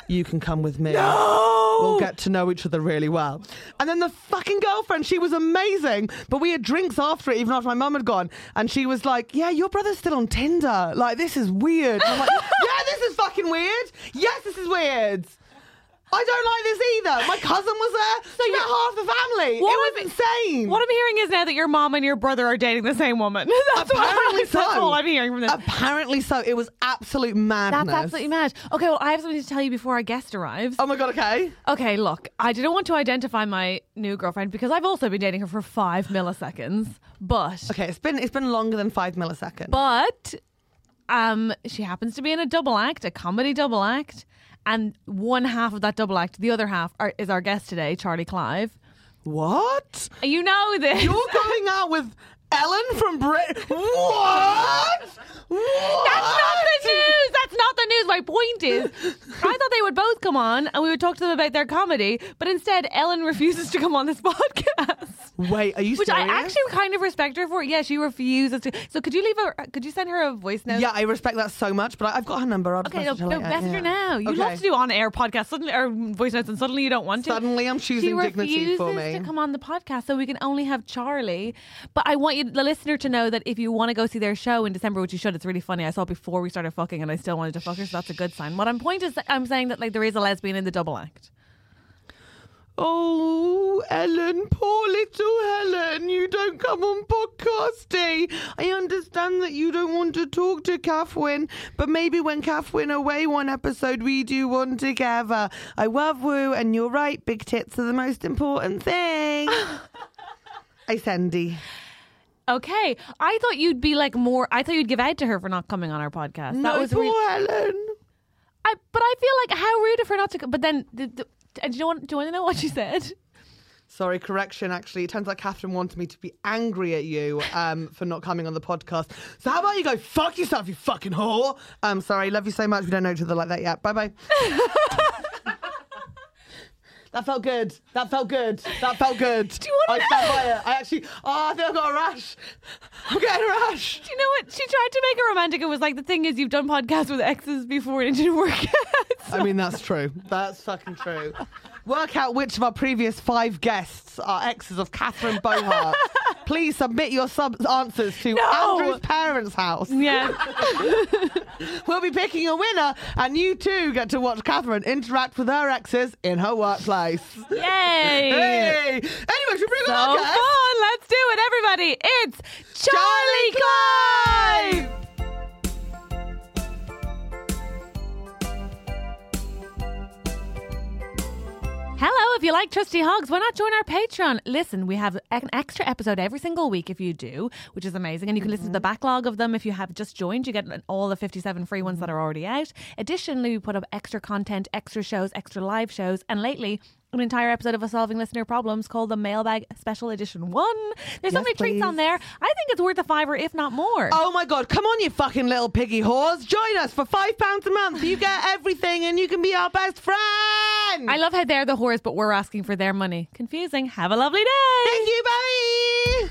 S2: you can come with me. We'll get to know each other really well. And then the fucking girlfriend, she was amazing. But we had drinks after it, even after my mum had gone. And she was like, Yeah, your brother's still on Tinder. Like, this is weird. And I'm like, Yeah, this is fucking weird. Yes, this is weird. I don't like this either. My cousin was there. she met half the family.
S1: What
S2: it
S1: would
S2: was
S1: be-
S2: insane.
S1: What I'm hearing is now that your mom and your brother are dating the same woman. that's what
S2: Apparently
S1: I'm,
S2: so.
S1: that's all I'm hearing from this.
S2: Apparently so. It was absolute madness.
S1: that's absolutely mad. Okay, well, I have something to tell you before our guest arrives.
S2: Oh my god. Okay.
S1: Okay, look, I didn't want to identify my new girlfriend because I've also been dating her for five milliseconds, but
S2: Okay. It's been it's been longer than five milliseconds.
S1: but um, she happens to be in a double act, a comedy double act, and one half of that double act, the other half are, is our guest today, Charlie Clive.
S2: what?
S1: You know this.
S2: You're going out with Ellen from Brit. What? What?
S1: That's not the news. That's not the news. My point is, I thought they would both come on and we would talk to them about their comedy, but instead, Ellen refuses to come on this podcast.
S2: Wait, are you
S1: Which
S2: serious?
S1: I actually kind of respect her for. Yeah, she refuses to. So could you leave a? Could you send her a voice note?
S2: Yeah, I respect that so much, but I- I've got her number. I'll just
S1: Okay, no, no,
S2: message her later.
S1: message
S2: uh, Yeah.
S1: her now. You love
S2: Okay.
S1: to do on-air podcasts, suddenly or voice notes, and suddenly you don't want to.
S2: Suddenly I'm choosing
S1: she
S2: dignity for
S1: refuses
S2: me.
S1: to come on the podcast, so we can only have Charlie. But I want you, the listener, to know that if you want to go see their show in December, which you should, it's really funny. I saw it before we started fucking, and I still wanted to fuck her, so that's a good sign. What I'm point is, I'm saying that like there is a lesbian in the double act.
S2: Oh, Ellen, poor little Helen, you don't come on podcast day. I understand that you don't want to talk to Kathleen, but maybe when Kathleen away one episode, we do one together. I love Woo, and you're right, big tits are the most important thing. I Sandy.
S1: Okay, I thought you'd be like more. I thought you'd give out to her for not coming on our podcast. that
S2: No,
S1: was
S2: poor
S1: real.
S2: Helen.
S1: I, but I feel like how rude of her not to. co- But then, the, the, and do you want? Do you want to know what she said?
S2: Sorry, correction. Actually, it turns out Catherine wanted me to be angry at you um, for not coming on the podcast. So how about you go fuck yourself, you fucking whore? I'm sorry. Love you so much. We don't know each other like that yet. Bye bye. that felt good. That felt good. That felt good. Do
S1: you wanna
S2: I stand by it. I actually. Oh, I think I got a rash. I'm getting a rash.
S1: Do you know what she tried to make it romantic? It was like the thing is you've done podcasts with exes before and it didn't work out.
S2: I mean, that's true. That's fucking true. Work out which of our previous five guests are exes of Catherine Bohart. Please submit your sub- answers to
S1: No.
S2: Andrew's parents' house.
S1: yeah,
S2: We'll be picking a winner, and you too get to watch Catherine interact with her exes in her workplace.
S1: yay!
S2: Hey! Anyway, should we bring
S1: So
S2: on our guest?
S1: fun! Let's do it, everybody! It's Charlie, Clive. Hello, if you like Trusty Hogs, why not join our Patreon? Listen, we have an extra episode every single week if you do, which is amazing. And you can listen to
S2: Mm-hmm.
S1: the backlog of them if you have just joined. You get all the 57 free ones that are already out. Additionally, we put up extra content, extra shows, extra live shows. And lately, an entire episode of us solving listener problems called the Mailbag Special Edition 1. There's so
S2: Yes,
S1: many treats on
S2: please.
S1: there. I think it's worth a fiver, if not more.
S2: Oh my god, come on, you fucking little piggy whores. Join us for five pounds a month. You get everything, and you can be our best friend.
S1: I love how they're the whores, but we're asking for their money. Confusing. Have a lovely day.
S2: Thank you, bye.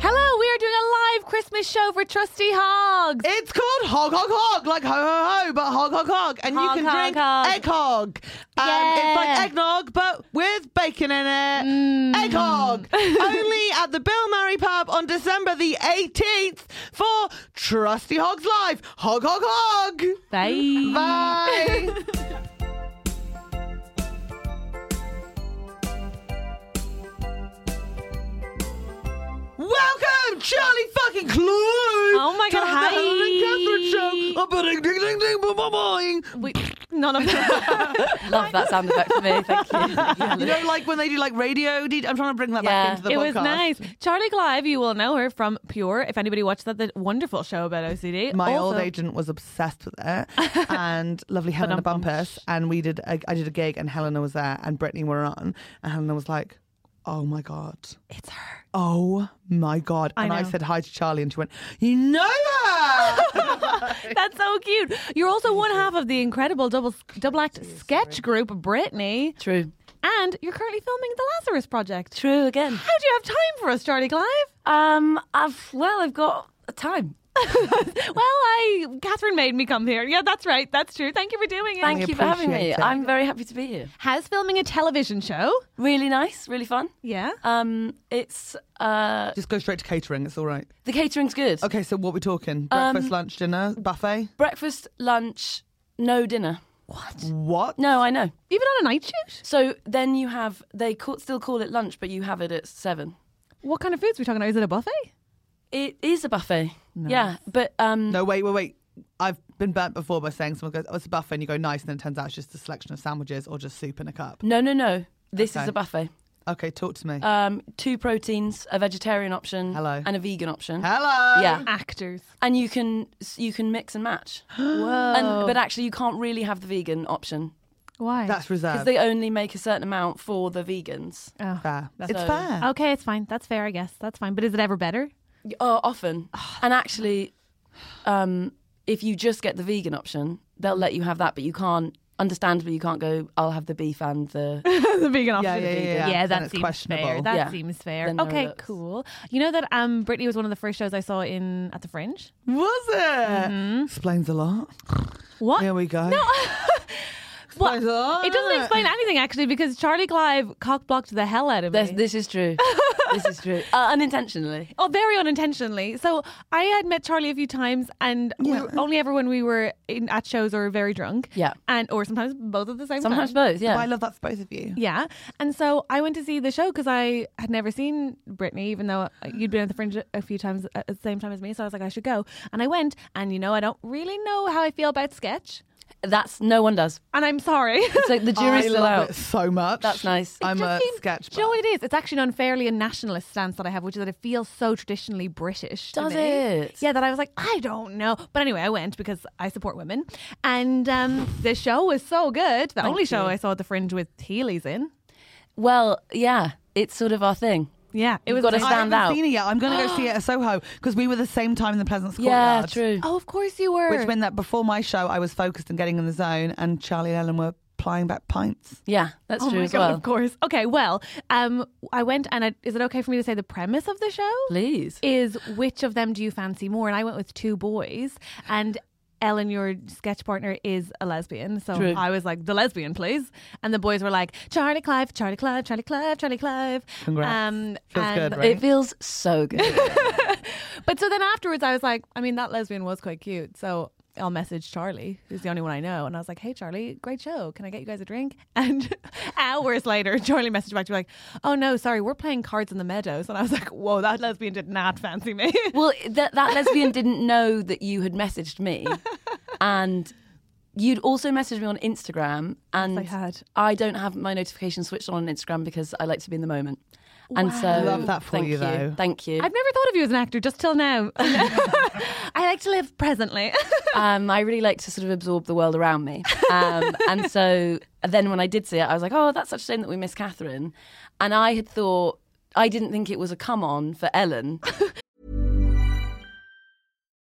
S1: Hello, we are doing a live Christmas show for Trusty Hogs.
S2: It's called Hog Hog Hog, like ho ho ho, but Hog Hog Hog. And
S1: Hog,
S2: you can
S1: hog,
S2: drink
S1: hog.
S2: egg hog. Um, It's like
S1: Yeah. Mm.
S2: eggnog, but with bacon in it. Egg hog. Only at the Bill Murray Pub on December the 18th for Trusty Hogs Live. Hog Hog Hog.
S1: Bye.
S2: Bye. Welcome, Charlie fucking Clue! Oh
S1: my God, hi.
S2: Catherine show. About ding ding ding ding boom boom boing.
S1: We, none of that.
S5: Love that sound effect for me. Thank you.
S2: You know, like when they do like radio. did- I'm trying to bring that
S5: Yeah.
S2: back into the
S1: it
S2: podcast.
S1: was nice. Charlie Clive, you will know her from Pure. If anybody watched that, the wonderful show about OCD.
S2: My
S1: Also-
S2: old agent was obsessed with it, and lovely Helena Bumpus. And we did. A, I did a gig, and Helena was there, and Brittany were on, and Helena was like, "Oh my god,
S1: It's her.
S2: oh my god!"
S1: I
S2: and I
S1: know.
S2: said hi to Charlie, and she went, "You know her."
S1: That's so cute. You're also one half of the incredible double double act sketch group, Brittany,
S5: True.
S1: and you're currently filming the Lazarus Project.
S5: True again.
S1: How do you have time for us, Charlie Clive?
S5: Um, I've well, I've got time.
S1: well, I Catherine made me come here. Yeah, that's right. That's true. Thank you for doing it.
S5: Thank you for having me.
S2: appreciate it.
S5: I'm very happy to be here.
S1: How's filming a television show? Uh,
S5: Really nice, really fun.
S1: Yeah.
S5: Um, it's uh,
S2: Just go straight to catering. It's all right.
S5: the catering's good.
S2: Okay, so what we talking?
S5: Um,
S2: Breakfast, lunch, dinner, buffet?
S5: Breakfast, lunch, no dinner.
S2: What?
S5: No, I know.
S1: Even on a night shoot?
S5: So then you have they call, still call it lunch, but you have it at seven.
S1: What kind of foods are we talking about? Is it a buffet?
S5: It is a buffet. Yeah, but um,
S2: No, wait, wait, wait. I've been burnt before by saying someone goes, "Oh, it's a buffet," and you go, "Nice," and then it turns out it's just a selection of sandwiches or just soup in a cup.
S5: no, no, no. This
S2: Okay.
S5: is a buffet.
S2: Okay, talk to me.
S5: Um, two proteins, a vegetarian option,
S2: Hello.
S5: and a vegan option.
S2: Hello.
S5: Yeah,
S1: Actors.
S5: and you can you can mix and match.
S1: Whoa.
S5: And, but actually, you can't really have the vegan option
S1: Why?
S2: that's
S5: because
S2: reserved.
S5: they only make a certain amount for the vegans.
S1: Oh.
S2: fair.
S1: That's
S2: it's
S5: so-
S2: fair.
S1: Okay, it's fine. That's fair, I guess. That's fine. But is it ever better?
S5: Oh, often. And actually, um, if you just get the vegan option, they'll let you have that, but you can't. Understandably, you can't go. I'll have the beef and the.
S1: the vegan option.
S2: yeah, yeah, yeah.
S1: yeah
S2: Then
S1: that
S2: it's
S1: seems
S2: questionable.
S1: fair. That
S5: Yeah.
S1: seems fair.
S5: Then there it
S1: okay,
S5: is.
S1: cool. You know that um, Brittany was one of the first shows I saw in at the Fringe.
S5: mm-hmm.
S2: Was it? Explains a lot.
S5: Oh,
S1: What?
S2: Here we go.
S1: No. Well,
S2: explains that.
S1: it doesn't explain anything actually because Charlie Clive cock blocked the hell out of
S5: This,
S1: me.
S5: this is true. this is true. Uh, unintentionally.
S1: Oh, very unintentionally. So I had met Charlie a few times, and we were- only ever when we were in, at shows or very drunk.
S5: Yeah.
S1: and or sometimes both at the same time.
S5: Sometimes both, yeah.
S2: I love that for both of you.
S1: Yeah, and so I went to see the show because I had never seen Britney, even though uh, you'd been at the Fringe a few times uh, at the same time as me. So I was like, I should go, and I went. And you know, I don't really know how I feel about sketch,
S5: That's no one does.
S1: and I'm sorry.
S5: It's like the
S2: I
S5: jury's still
S2: love
S5: out.
S2: it so much.
S5: That's nice.
S2: I'm
S1: Just
S2: a
S1: seems-
S2: sketch.
S1: Do you know what it is? It's actually an unfairly a nationalist stance that I have, which is that it feels so traditionally British. to
S5: Does
S1: me.
S5: it?
S1: Yeah, that I was like, I don't know. But anyway, I went because I support women, and um, the show was so good. The only show
S5: you.
S1: I saw at the Fringe with Heelys in.
S5: Well, yeah, it's sort of our thing.
S1: Yeah, it was.
S5: got to
S1: amazing.
S2: I haven't
S5: stand out.
S2: seen it yet. I'm going to go see it at Soho because we were the same time in the Pleasant Square.
S5: Yeah, true.
S1: Oh, of course you were.
S2: Which meant that before my show, I was focused and getting in the zone, and Charlie and Ellen were plying back pints.
S5: Yeah, that's
S1: Oh
S5: true
S1: my
S5: as
S1: god!
S5: well.
S1: Of course. Okay. Well, um, I went and I, is it okay for me to say the premise of the show?
S5: Please.
S1: is which of them do you fancy more? And I went with two boys and. Ellen, your sketch partner is a lesbian, so
S5: True.
S1: I was like the lesbian, please. And the boys were like Charlie Clive, Charlie Clive, Charlie Clive, Charlie Clive. Um,
S2: Congrats. Feels
S1: and-
S2: good, right?
S5: It feels so good.
S1: But so then afterwards, I was like, I mean, that lesbian was quite cute, so I'll message Charlie, who's the only one I know, and I was like, Hey, Charlie, great show. Can I get you guys a drink? And hours later, Charlie messaged back to me like, Oh no, sorry, we're playing cards in the meadows, and I was like, Whoa, that lesbian did not fancy me.
S5: well, that, that lesbian didn't know that you had messaged me. And you'd also messaged me on Instagram. And
S1: I had.
S5: I don't have my notifications switched on on Instagram because I like to be in the moment. And so.
S2: Love that for
S5: thank
S2: you, though.
S5: Thank you.
S1: I've never thought of you as an actor just till now. I like to live presently.
S5: um, I really like to sort of absorb the world around me. Um, and so then when I did see it, I was like, oh, that's such a shame that we miss Catherine. And I had thought, I didn't think it was a come on for Ellen.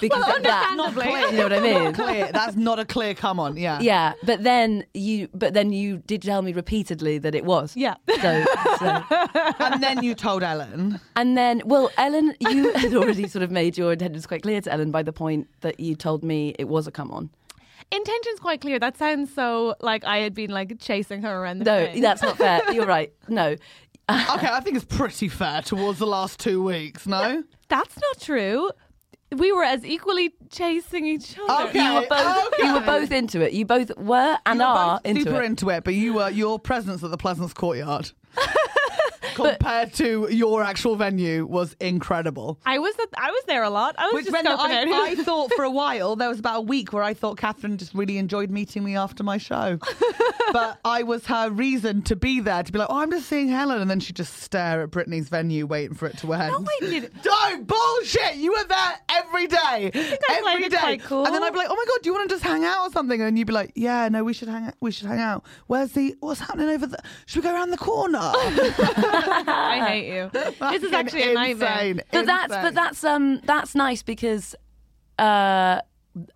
S5: Because of that.
S2: Not clear.
S5: You know what I mean?
S2: Not clear. That's not a clear come on. Yeah.
S5: Yeah, but then you, but then you did tell me repeatedly that it was.
S1: Yeah.
S5: So, so-
S2: And then you told Ellen.
S5: and then, well, Ellen, you had already sort of made your intentions quite clear to Ellen by the point that you told me it was a come on.
S1: Intention's quite clear. That sounds so like I had been like chasing her around the
S5: No,
S1: train.
S5: that's not fair. You're right. No,
S2: Okay, I think it's pretty fair towards the last two weeks, no?
S1: That's not true. We were as equally chasing each other.
S2: Okay.
S5: you were both, you were both into it. You both were and
S2: You were
S5: are
S2: both
S5: into
S2: super
S5: it.
S2: into it, but you were your presence at the Pleasance Courtyard compared to your actual venue was incredible.
S1: I was I was there a lot. I was
S2: Which
S1: just
S2: meant that
S1: scoping
S2: I,
S1: out
S2: I
S1: who-
S2: thought for a while there was about a week where I thought Catherine just really enjoyed meeting me after my show, but I was her reason to be there to be like, oh, I'm just seeing Helen, and then she would just stare at Brittany's venue waiting for it to end.
S1: No, I didn't.
S2: Don't bullshit. You were there every day,
S1: I played
S2: every
S1: it
S2: day,
S1: quite cool.
S2: and then I'd be like, oh my god, do you want to just hang out or something? And you'd be like, yeah, no, we should hang, out. we should hang out. Where's the what's happening over the? Should we go around the corner?
S1: I hate you. This is
S2: Fucking
S1: actually a nightmare.
S2: insane,
S5: But that's
S2: insane.
S5: but that's um that's nice because, uh,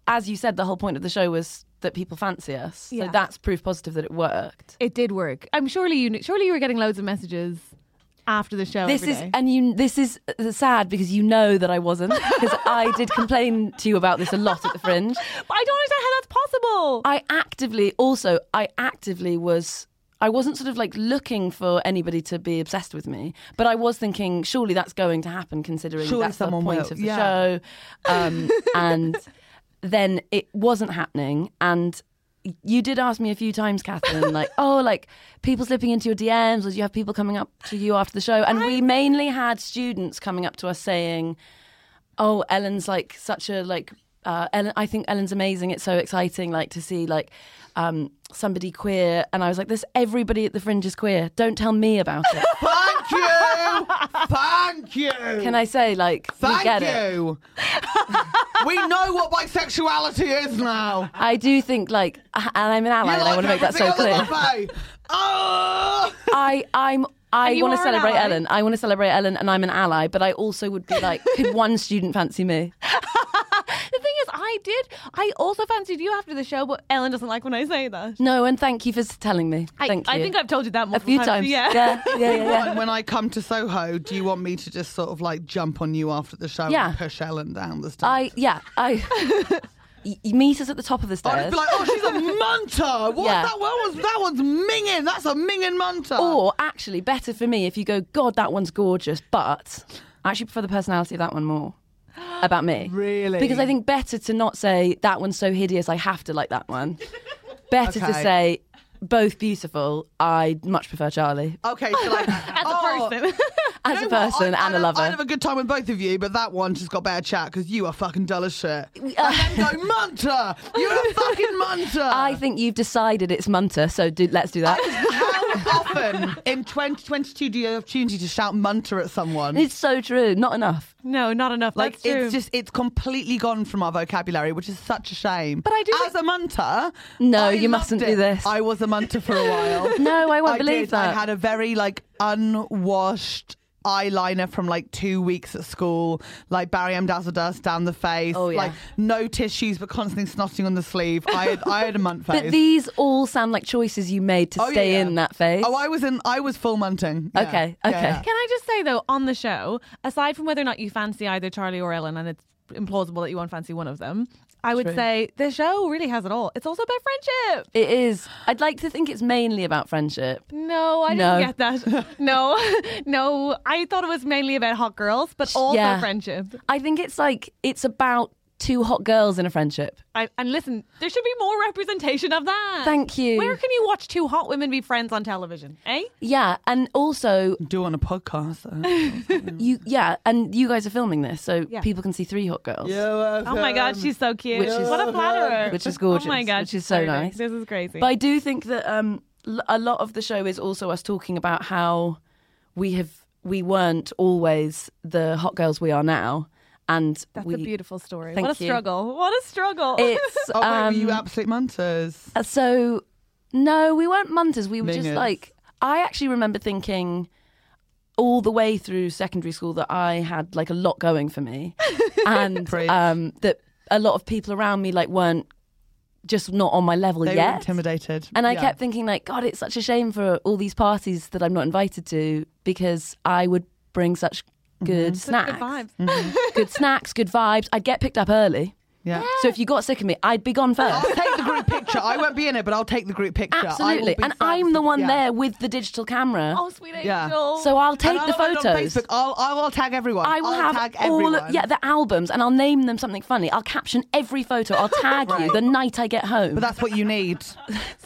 S5: as you said, the whole point of the show was that people fancy us.
S1: Yeah.
S5: So that's proof positive that it worked.
S1: It did work. I'm surely you kn- surely you were getting loads of messages after the show.
S5: This
S1: every
S5: is
S1: day.
S5: and you. This is uh, sad because you know that I wasn't because I did complain to you about this a lot at the fringe.
S1: But I don't understand how that's possible.
S5: I actively also I actively was I wasn't sort of like looking for anybody to be obsessed with me, but I was thinking surely that's going to happen considering
S2: Surely
S5: that's the
S2: someone
S5: point
S2: will,
S5: of the
S2: yeah.
S5: show. Um, and then it wasn't happening and you did ask me a few times, Catherine, like, oh, like people slipping into your DMs, or do you have people coming up to you after the show? And we mainly had students coming up to us saying, oh ellen's like such a like uh, Ellen, I think Ellen's amazing. It's so exciting, like to see like um, somebody queer. And I was like, "This everybody at the fringe is queer. Don't tell me about it."
S2: Thank you. Thank you.
S5: Can I say like, we
S2: Thank
S5: get it?
S2: you. we know what bisexuality is now.
S5: I do think like, and I'm an ally, and I want to make that so clear.
S2: clear. Oh!
S5: I I'm I
S1: you
S5: want to
S1: are an
S5: celebrate
S1: ally.
S5: Ellen. I want to celebrate Ellen, and I'm an ally. But I also would be like, could one student fancy me?
S1: The thing is, I did. I also fancied you after the show, but Ellen doesn't like when I say that.
S5: No, and thank you for telling me. thank
S1: I,
S5: you.
S1: I think I've told you that
S5: a
S1: multiple
S5: few times.
S1: Yeah.
S5: yeah, yeah, yeah. yeah.
S2: When I come to Soho, do you want me to just sort of like jump on you after the show
S5: Yeah.
S2: and push Ellen down the stairs?
S5: I yeah I. y- you meet us at the top of the
S2: I'd
S5: stairs.
S2: be like, oh, she's a munter. What?
S5: Yeah.
S2: That, what was, that one's minging. That's a minging munter.
S5: or actually, better for me if you go, God, that one's gorgeous, but I actually prefer the personality of that one more about me.
S2: Really?
S5: Because I think better to not say that one's so hideous, I have to like that one. better to
S2: Okay.
S5: say both beautiful. I much prefer Charlie
S2: Okay, so like,
S1: As a
S2: oh,
S1: person.
S5: as
S2: you
S5: a
S2: know what?
S5: person
S2: I,
S5: and a
S2: I'd-
S5: lover.
S2: I'd have a good time with both of you, but that one just got better chat because you are fucking dull as shit. and then go, munter. You're a fucking munter.
S5: I think you've decided it's Munter, so do, let's do that.
S2: How often in 2022 do you have the opportunity to shout munter at someone?
S5: it's so true. Not enough.
S1: No, not enough.
S2: Like
S1: That's true.
S2: it's just it's completely gone from our vocabulary, which is such a shame.
S1: But I do
S2: as a munter.
S5: No,
S2: I
S5: you
S2: loved
S5: mustn't
S2: it.
S5: do this.
S2: I was a munter for a while.
S5: No, I won't
S2: I
S5: believe
S2: did.
S5: that.
S2: I had a very like unwashed eyeliner from like two weeks at school, like barium dazzle dust down the face,
S5: Oh, yeah.
S2: like no tissues, but constantly snotting on the sleeve. I had, I had a munt phase.
S5: but these all sound like choices you made to
S2: Oh,
S5: stay
S2: yeah.
S5: in that phase.
S2: Oh, I was in. I was full munting. Yeah.
S5: Okay,
S2: Yeah,
S5: okay.
S2: yeah.
S1: Can I just say though, on the show, aside from whether or not you fancy either Charlie or Ellen, and it's implausible that you won't fancy one of them, I would say the show really has it all. It's also about friendship.
S5: It is. I'd like to think it's mainly about friendship.
S1: No, I
S5: No.
S1: didn't get that. No, no, I thought it was mainly about hot girls, but also
S5: Yeah.
S1: friendship.
S5: I think it's like it's about two hot girls in a friendship.
S1: I, and listen, there should be more representation of that.
S5: Thank you.
S1: Where can you watch two hot women be friends on television? Eh?
S5: Yeah, and also
S2: Do on a podcast. though.
S5: you. Yeah, and you guys are filming this, so
S1: Yeah.
S5: people can see three hot girls.
S1: Oh my god, she's so cute.
S5: Um, Which is-
S1: what a flatterer.
S5: which is gorgeous,
S1: Oh my god,
S5: which
S1: she's
S5: is so
S1: stunning.
S5: nice.
S1: This is crazy.
S5: But I do think that um, l- a lot of the show is also us talking about how we have we weren't always the hot girls we are now, and
S1: That's
S5: we,
S1: a beautiful story.
S5: Thank
S1: What a
S5: you.
S1: struggle. What a struggle.
S5: It's
S2: Oh, wait, were
S5: um,
S2: you absolute munters?
S5: Uh, So, no, we weren't munters. We were just
S2: Mingers.
S5: like, I actually remember thinking all the way through secondary school that I had like a lot going for me and
S2: Preach.
S5: um, that a lot of people around me like weren't just not on my level
S2: They were
S5: yet.
S2: intimidated.
S5: And I
S2: Yeah.
S5: kept thinking, like, God, it's such a shame for all these parties that I'm not invited to because I would bring such
S2: Mm-hmm.
S5: good
S1: Such
S5: snacks,
S1: good vibes.
S5: good snacks, good vibes. I'd get picked up early.
S2: Yeah.
S5: So if you got sick of me, I'd be gone first.
S2: I'll take the group picture. I won't be in it, but I'll take the group picture. I will
S5: Absolutely.
S2: be
S5: And
S2: first.
S5: I'm the one
S2: Yeah.
S5: there with the digital camera.
S1: Oh, sweet angel.
S2: Yeah.
S5: so I'll
S2: And
S5: take
S2: I'll
S5: the
S2: have it on
S5: photos.
S2: Facebook. I'll, I'll, I'll tag everyone.
S5: I will
S2: I'll
S5: have
S2: tag
S5: all
S2: everyone.
S5: of, yeah the albums and I'll name them something funny. I'll caption every photo. I'll tag you the night I get home.
S2: But that's what you need.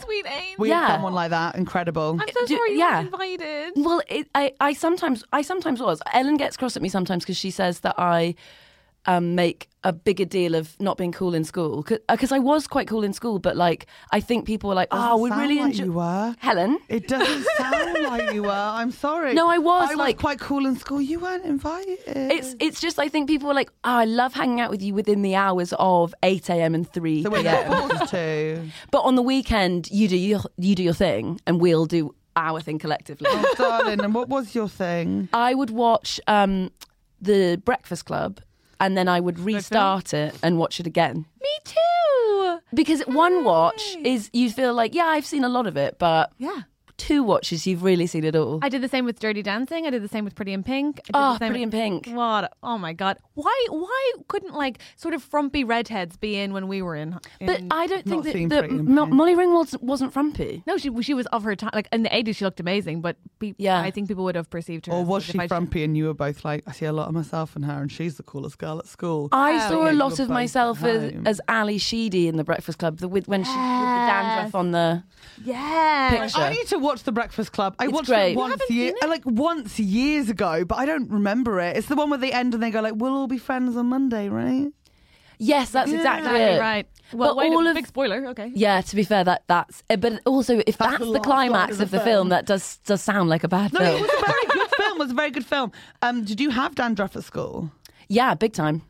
S1: sweet angel.
S2: We
S5: Yeah.
S2: have someone like that. Incredible.
S1: I'm so
S5: Do-
S1: sorry you
S5: yeah.
S1: weren't invited.
S5: well, it, I I sometimes I sometimes was. Ellen gets cross at me sometimes because she says that I um, make a bigger deal of not being cool in school because I was quite cool in school, but like I think people were like, oh, we
S2: Sound
S5: really
S2: like
S5: enjoy
S2: you were.
S5: Helen.
S2: It doesn't sound like you were. I'm sorry.
S5: No, I was,
S2: I was
S5: like-
S2: quite cool in school. You weren't invited.
S5: It's it's just I think people were like, oh, I love hanging out with you within the hours of eight a.m. and three
S2: so
S5: p.m.
S2: we're supposed to.
S5: But on the weekend, you do your, you do your thing, and we'll do our thing collectively.
S2: Oh, darling, and what was your thing?
S5: I would watch um, the Breakfast Club, and then I would restart it and watch it again
S1: Me too.
S5: because one watch is you feel like yeah, I've seen a lot of it, but
S1: Yeah.
S5: two watches you've really seen it all.
S1: I did the same with Dirty Dancing. I did the same with Pretty in Pink. I did
S5: Oh,
S1: the same
S5: Pretty in
S1: with-
S5: Pink.
S1: What? a- Oh my God. Why? Why couldn't like sort of frumpy redheads be in when we were in?
S5: but
S1: in-
S5: I don't think
S2: Not
S5: that,
S2: seen
S5: that
S2: Pretty in
S5: Mo-
S2: Pink.
S5: Molly Ringwald wasn't frumpy.
S1: no, she she was of her time. Like in the eighties, she looked amazing. But pe-
S5: Yeah.
S1: I think people would have perceived her.
S2: Or
S1: as
S2: was
S1: if
S2: she
S1: I-
S2: frumpy and you were both like, I see a lot of myself in her and she's the coolest girl at school?
S5: I
S1: Oh,
S5: saw
S2: yeah,
S5: a
S2: you
S5: lot
S2: were
S5: of
S2: both
S5: myself
S2: at
S5: as,
S2: home.
S5: as Ali Sheedy in the Breakfast Club, the, with, when she with the dandruff on the
S1: Yeah.
S5: picture.
S2: I need to watch The Breakfast Club. I
S5: It's
S2: watched
S5: great.
S2: it
S5: You
S2: once,
S1: haven't
S2: year,
S1: seen it?
S2: like once years ago, but I don't remember it. It's the one where they end and they go like, "We'll all be friends on Monday, right?"
S5: yes, that's exactly
S1: Exactly
S5: it.
S1: right. Well,
S5: But
S1: wait,
S5: all of-
S1: big spoiler. Okay.
S5: Yeah, to be fair, that that's. uh, But also, if that's,
S2: the
S5: the,
S2: last line
S5: climax
S2: of
S5: of
S2: the
S5: the, film,
S2: film.
S5: that does does sound like a bad
S2: No, it
S5: film.
S2: was a very good film. It was a very good film. Um, did you have dandruff at school?
S5: yeah, big time.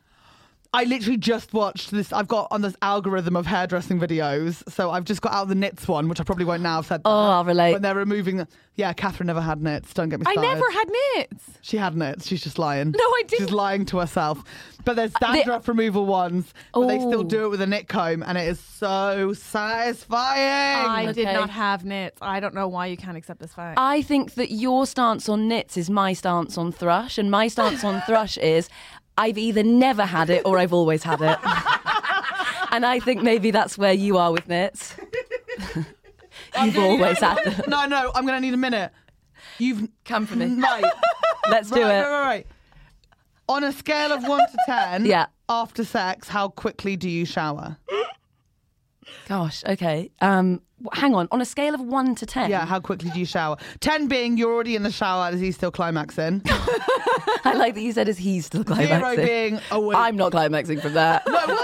S2: I literally just watched this. I've got on this algorithm of hairdressing videos, so I've just got out the knits one, which I probably won't now have said.
S5: Oh,
S2: that.
S5: I'll relate.
S2: When they're removing, the, yeah, Catherine never had knits. Don't get me
S1: I
S2: started.
S1: never had knits.
S2: She had knits. She's just lying.
S1: No, I
S2: She's
S1: didn't.
S2: lying to herself. But there's dandruff removal ones, but they
S5: Oh.
S2: still do it with a knit comb, and it is so satisfying.
S1: I did
S5: Okay.
S1: not have knits. I don't know why you can't accept this fact.
S5: I think that your stance on knits is my stance on thrush, and my stance on thrush is I've either never had it or I've always had it. and I think maybe that's where you are with knits. You've always had them.
S2: no, no, I'm gonna need a minute. You've
S5: Come for me.
S2: right,
S5: Let's do
S2: right,
S5: it.
S2: right, right, right. On a scale of one to ten,
S5: Yeah.
S2: after sex, how quickly do you shower?
S5: Gosh, okay. Um, w- hang on. On a scale of one to ten,
S2: Yeah, how quickly do you shower? Ten being you're already in the shower. Is he still climaxing?
S5: I like that you said is he's still
S2: Zero
S5: climaxing.
S2: being awake.
S5: I'm not climaxing from that.
S2: No, well, no,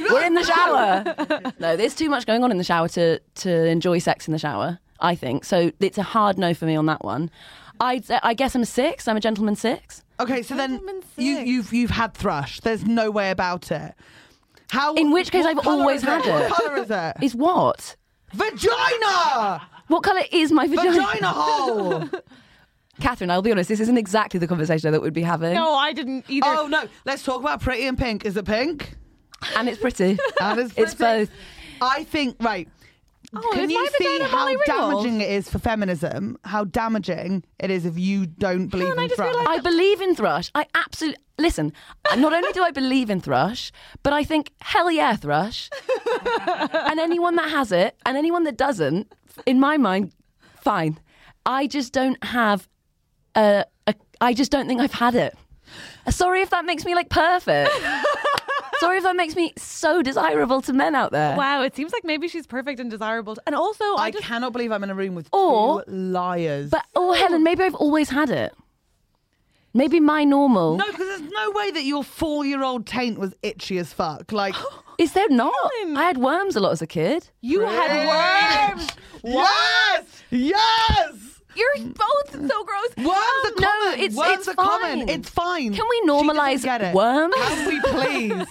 S2: no, no.
S5: We're in the shower. no, there's too much going on in the shower to to enjoy sex in the shower. I think so. It's a hard no for me on that one. I I guess I'm a six. I'm a gentleman six.
S2: Okay, so then
S1: Vitamin
S2: you,
S1: six.
S2: you've you've had thrush. There's no way about it. How?
S5: In which case
S2: what
S5: I've
S2: colour
S5: always
S2: is
S5: had it.
S2: What color is it?
S5: Is what?
S2: Vagina.
S5: What colour is my vagina?
S2: Vagina hole.
S5: Catherine, I'll be honest. This isn't exactly the conversation I thought we'd be having.
S1: no, I didn't either.
S2: oh no. Let's talk about pretty and pink. Is it pink?
S5: And it's pretty.
S2: And it's
S5: It's
S2: pretty.
S5: both.
S2: I think right.
S1: Oh,
S2: Can
S1: is
S2: you
S1: my
S2: see
S1: vagina
S2: how
S1: really wrinkled?
S2: damaging it is for feminism? How damaging it is if you don't believe
S1: on,
S2: in
S1: I just
S2: thrush?
S1: realised-
S5: I believe in thrush. I absolutely listen. Not only do I believe in thrush, but I think hell yeah, thrush. and anyone that has it, and anyone that doesn't, in my mind, fine. I just don't have a. a I just don't think I've had it. Sorry if that makes me like perfect. Sorry if that makes me so desirable to men out there.
S1: Wow, it seems like maybe she's perfect and desirable. And also, I,
S2: I
S1: just,
S2: cannot believe I'm in a room with
S5: Or-
S2: two liars.
S5: But oh, Helen, maybe I've always had it. Maybe my normal.
S2: no, because there's no way that your four-year-old taint was itchy as fuck. Like.
S5: Is there not? I had worms a lot as a kid.
S1: you had worms.
S2: Yes! Yes!
S1: You're
S2: Mm.
S1: both so gross.
S2: Worms are
S5: Oh, no,
S2: common.
S5: it's-
S2: worms
S5: it's
S2: are
S5: fine.
S2: common. It's fine.
S5: Can we
S2: She doesn't
S5: normalise
S2: get it.
S5: worms?
S2: Can we please?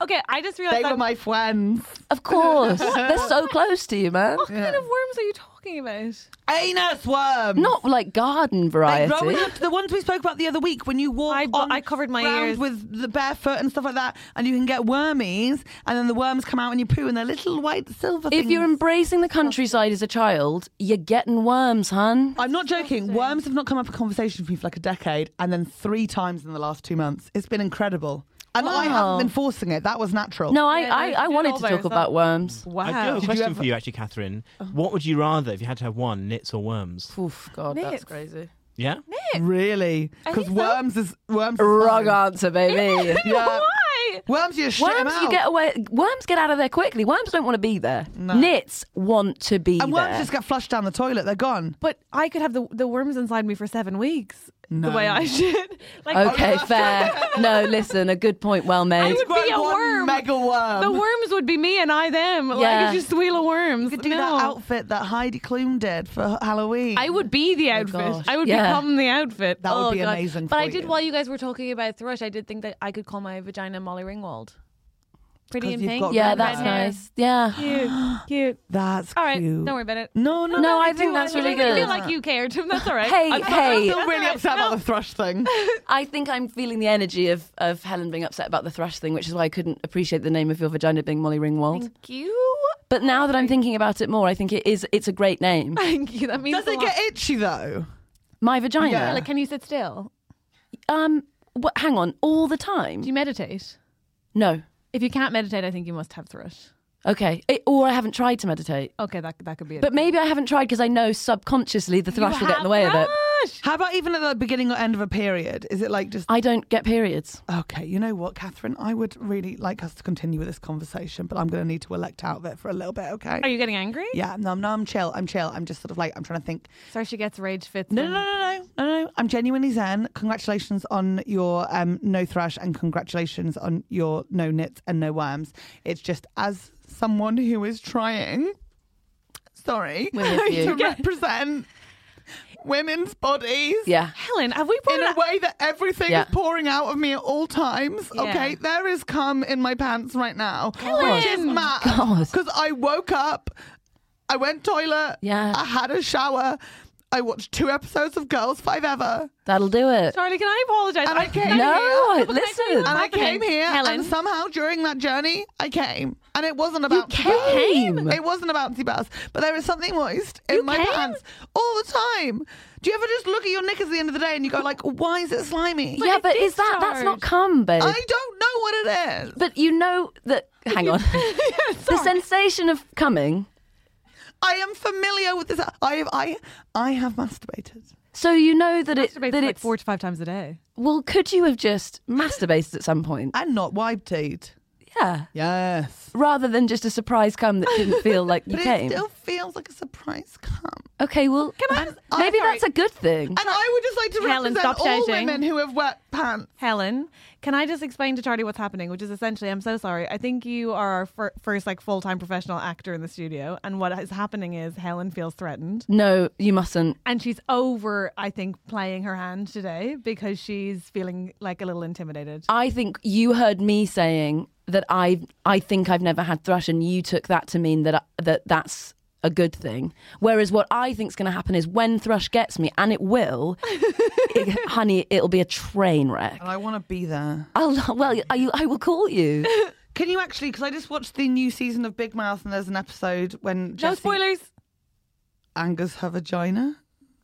S1: Okay, I just realized
S2: they were
S1: that-
S2: my friends.
S5: Of course. They're so close to you, man.
S1: What kind of worms are you talking about?
S2: Anus worms.
S5: Not like garden
S2: They
S5: variety.
S2: grow up. The ones we spoke about the other week when you walk
S1: I-
S2: on
S1: I covered my
S2: ground
S1: ears.
S2: with the barefoot and stuff like that, and you can get wormies, and then the worms come out and you poo, and they're little white silver
S5: If
S2: things.
S5: you're embracing the countryside as a child, you're getting worms, hun.
S2: I'm not joking. Worms have not come up in conversation for me for like a decade, and then three times in the last two months. It's been incredible. And I haven't been forcing it. That was natural.
S5: No, I,
S1: Yeah,
S5: I,
S1: no,
S5: I
S1: you
S5: wanted
S1: know
S5: to
S1: by
S5: talk
S2: uh,
S1: yourself.
S5: about worms.
S1: Wow.
S4: I do have a
S2: you
S4: question
S2: ever- Oh.
S4: for you, actually, Catherine. What would you rather if you had to have one, knits or worms?
S5: Oof, God,
S1: Knits.
S5: that's crazy.
S4: Yeah?
S2: Really?
S1: I
S2: Because
S1: think so.
S2: worms is worms. Is
S5: Wrong
S2: fine.
S5: answer, baby.
S2: Yeah.
S1: Why?
S2: Worms, you shit 'em
S5: Worms,
S2: out.
S5: you get away. Worms get out of there quickly. Worms don't want to be there. Knits want to be
S2: and
S5: there.
S2: worms just get flushed down the toilet. They're gone.
S1: But I could have the, the worms inside me for seven weeks. The way I should. Like,
S2: oh,
S5: okay, fair. No, listen, a good point, well
S1: I
S5: made.
S1: would be a
S2: One
S1: worm.
S2: mega worm.
S1: The worms would be me and I them. Like
S5: Yeah.
S1: it's just a wheel of worms.
S2: You could do
S1: no.
S2: that outfit that Heidi Klum did for Halloween.
S1: I would be the outfit.
S5: gosh.
S1: I would
S5: Yeah.
S1: become the outfit.
S2: That would be amazing.
S1: Oh, But
S2: for
S1: I did
S2: you.
S1: while you guys were talking about thrush, I did think that I could call my vagina Molly Ringwald. Pretty
S2: 'Cause
S1: and
S2: you've
S1: pink.
S2: got
S5: Yeah,
S2: red
S5: that's
S1: hair.
S5: nice. Yeah.
S1: Cute, cute.
S2: That's
S1: All right,
S2: cute.
S1: don't worry about it.
S2: No, no,
S5: No,
S2: no.
S5: I
S2: do.
S5: think that's
S2: do.
S5: really
S1: I
S5: good.
S1: feel like you cared. That's all right.
S5: Hey,
S1: I'm-
S5: hey.
S2: I'm really upset about the thrush thing.
S5: I think I'm feeling the energy of, of Helen being upset about the thrush thing, which is why I couldn't appreciate the name of your vagina being Molly Ringwald.
S1: Thank you.
S5: But now that I'm thinking about it more, I think it is it's a great name.
S1: Thank you. That means
S2: Does
S1: a
S2: it
S1: lot.
S2: get itchy though?
S5: My vagina.
S2: Yeah.
S1: Like, can you sit still?
S5: um what, hang on, all the time.
S1: Do you meditate?
S5: No.
S1: If you can't meditate, I think you must have thrush.
S5: Okay. It- or I haven't tried to meditate.
S1: Okay, that that could be it.
S5: But maybe I haven't tried because I know subconsciously the thrush will get in the way of it.
S2: How about even at the beginning or end of a period? Is it like just
S5: I don't get periods.
S2: okay? You know what, Catherine? I would really like us to continue with this conversation, but I'm going to need to elect out of it for a little bit. Okay?
S1: Are you getting angry?
S2: Yeah. No, no. I'm chill. I'm chill. I'm just sort of like I'm trying to think.
S1: Sorry, she gets rage fits.
S2: No, no,
S1: when-
S2: no, no, no, no, no. I'm genuinely zen. Congratulations on your um, no thrash and congratulations on your no knits and no worms. It's just as someone who is trying, sorry,
S5: We're with you.
S2: to represent women's bodies.
S5: Yeah.
S1: Helen, have we brought
S2: in a
S1: it up?
S2: way that everything
S5: Yeah.
S2: is pouring out of me at all times.
S1: Yeah.
S2: Okay, there is cum in my pants right now, which is
S1: Helen!
S2: mad
S5: God.
S2: because I woke up, I went toilet,
S5: Yeah.
S2: I had a shower, I watched two episodes of Girls Five Ever,
S5: That'll do it.
S1: Charlie, can I apologise?
S2: And I came
S1: can can
S5: No,
S1: I tell you Oh
S5: listen.
S1: what's
S2: and I
S1: happening?
S2: came here,
S1: Helen.
S2: and somehow during that journey, I came, and it wasn't about
S5: You
S2: Zebras.
S5: came?
S2: It wasn't about Zebras, but there is something moist in
S1: You
S2: my
S1: came?
S2: pants all the time. Do you ever just look at your knickers at the end of the day and you go like, why is it slimy?
S5: yeah,
S1: it
S5: but
S1: is
S5: is that that's not
S1: charged.
S5: cum, babe?
S2: I don't know what it is.
S5: But you know that. Hang on. the sensation of coming.
S2: I am familiar with this. I have, I, I have masturbated.
S5: So you know that it
S1: Masturbates
S5: that
S1: like
S5: it's
S1: four to five times a day.
S5: well. Could you have just masturbated at some point?
S2: And not wiped teeth.
S5: Yeah.
S2: Yes.
S5: Rather than just a surprise cum that didn't feel like you
S2: But
S5: came.
S2: it still feels like a surprise cum.
S5: Okay. Well,
S2: And I- oh,
S5: maybe
S2: sorry.
S5: that's a good thing.
S2: And I would just like to
S1: Helen,
S2: represent
S1: stop
S2: all
S1: shouting.
S2: women who have wet pants.
S1: Helen, can I just explain to Charlie what's happening? Which is essentially, I'm so sorry. I think you are our fir- first like full time professional actor in the studio, and what is happening is Helen feels threatened,
S5: No, you mustn't.
S1: and she's over. I think playing her hand today because she's feeling like a little intimidated.
S5: I think you heard me saying that I I think I've never had thrush, and you took that to mean that I, that that's a good thing. Whereas what I think's going to happen is when thrush gets me, and it will, it, honey, it'll be a train wreck.
S2: I want to be there.
S5: I'll well, I, I will call you.
S2: Can you actually? Because I just watched the new season of Big Mouth, and there's an episode when
S1: no
S2: Jessie
S1: spoilers.
S2: angers her vagina.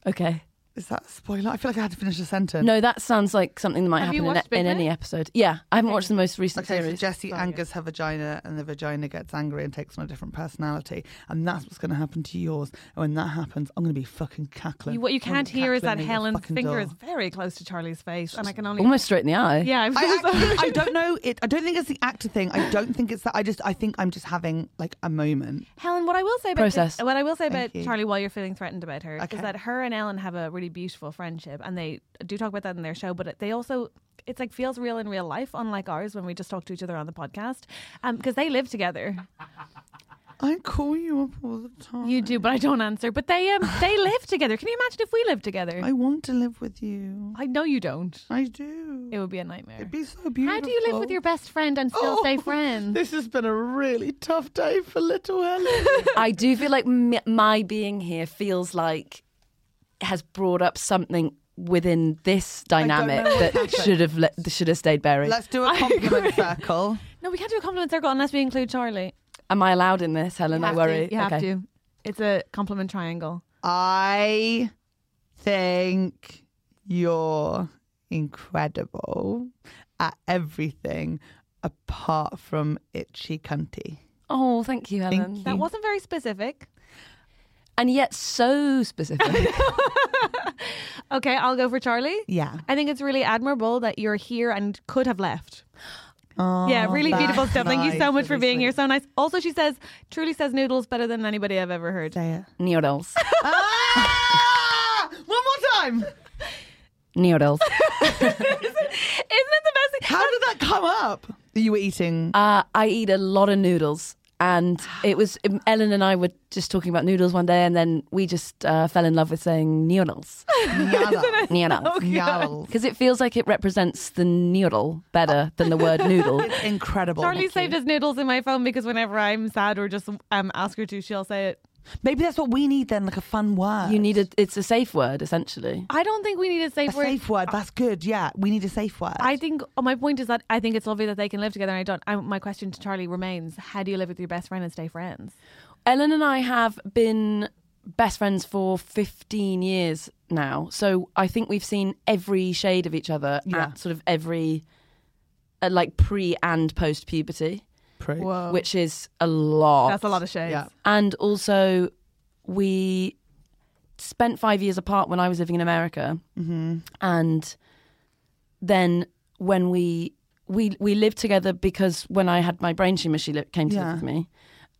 S5: Okay.
S2: Is that a spoiler? I feel like I had to finish a sentence.
S5: No, that sounds like something that might
S1: Have you
S5: happen in,
S1: watched Big
S5: in any
S1: Mouth?
S5: episode. Yeah, I haven't watched the most recent
S2: Okay, so
S5: series.
S2: Jessie angers her vagina, and the vagina gets angry and takes on a different personality, and that's what's going to happen to yours. And when that happens, I'm going to be fucking cackling.
S1: You, what you
S2: I'm gonna
S1: can't
S2: be
S1: hear is
S2: cackling
S1: that
S2: at your
S1: Helen's
S2: fucking
S1: finger
S2: door.
S1: is very close to Charlie's face, and I can only
S5: Almost straight in the eye.
S1: yeah. I'm so
S2: I,
S1: sorry.
S2: actually, I don't know. It. I don't think it's the actor thing. I don't think it's that. I just. I think I'm just having like a moment.
S1: Helen, what I will say about this-
S5: Process.
S1: what I will say
S2: Thank
S1: about
S2: you.
S1: Charlie while you're feeling threatened about her
S2: Okay.
S1: is that her and Ellen have a really beautiful friendship, and they do talk about that in their show. But it- they also, it's like feels real in real life, unlike ours when we just talk to each other on the podcast, because they live together.
S2: I call you up all the time.
S1: You do, but I don't answer. But they um they live together. Can you imagine if we lived together? I,
S2: I want to live with you.
S1: know you don't.
S2: I do.
S1: It would be a nightmare.
S2: It'd be so beautiful. Oh.
S1: How do you live with your best friend and still stay friends?
S2: This has been a really tough day for little Helen.
S5: I do feel like m- my being here feels like has brought up something within this dynamic
S2: know what
S5: that
S2: happened.
S5: should have let, should have stayed buried.
S2: Let's do a compliment circle.
S1: No, we can't do a compliment circle unless we include Charlie.
S5: Am I allowed in this, Helen? I
S1: have
S2: Eh,
S5: worry.
S1: To, you have to. It's a compliment triangle.
S2: I think you're incredible at everything apart from itchy cunty.
S5: Oh, thank you,
S2: Thank
S5: Helen.
S2: you.
S1: That wasn't very specific.
S5: And yet, so specific.
S1: Okay, I'll go for Charlie.
S2: Yeah.
S1: I think it's really admirable that you're here and could have left. yeah, really
S2: that's
S1: beautiful stuff. Thank you so
S2: nice.
S1: much for
S2: Really
S1: being here.
S2: sweet.
S1: So nice. Also, she says, truly says noodles better than anybody I've ever heard.
S2: Say it.
S5: Neodles.
S2: Ah! One more time.
S5: Neodles.
S1: Isn't it the best thing?
S2: How did that come up? You were eating.
S5: Uh, I eat a lot of noodles. And it was um, Ellen and I were just talking about noodles one day, and then we just uh, fell in love with saying noodles.
S2: Nyala.
S5: Noodles.
S2: Nyala.
S5: Because it feels like it represents the noodle better than the word noodle.
S2: Incredible.
S1: Charlie saved his noodles in my phone because whenever I'm sad or just um, ask her to, she'll say it.
S2: Maybe that's what we need then, like a fun word.
S5: You need a, it's a safe word essentially.
S1: I don't think we need a
S2: a
S1: safe word.
S2: safe word. That's good. Yeah, we need a safe word.
S1: I think oh, my point is that I think it's lovely that they can live together, and I don't. I, my question to Charlie remains: How do you live with your best friend and stay friends?
S5: Ellen and I have been best friends for 15 years now. So I think we've seen every shade of each other
S2: Yeah.
S5: at sort of every uh, like pre and post puberty,
S1: Whoa,
S5: which is a lot.
S1: Oh. that's a lot of shades.
S2: Yeah.
S5: And also we spent 5 years apart when I was living in America.
S2: Mm-hmm.
S5: and then when we we we lived together because when I had my brain tumor, she li- came to
S2: Yeah.
S5: live with me,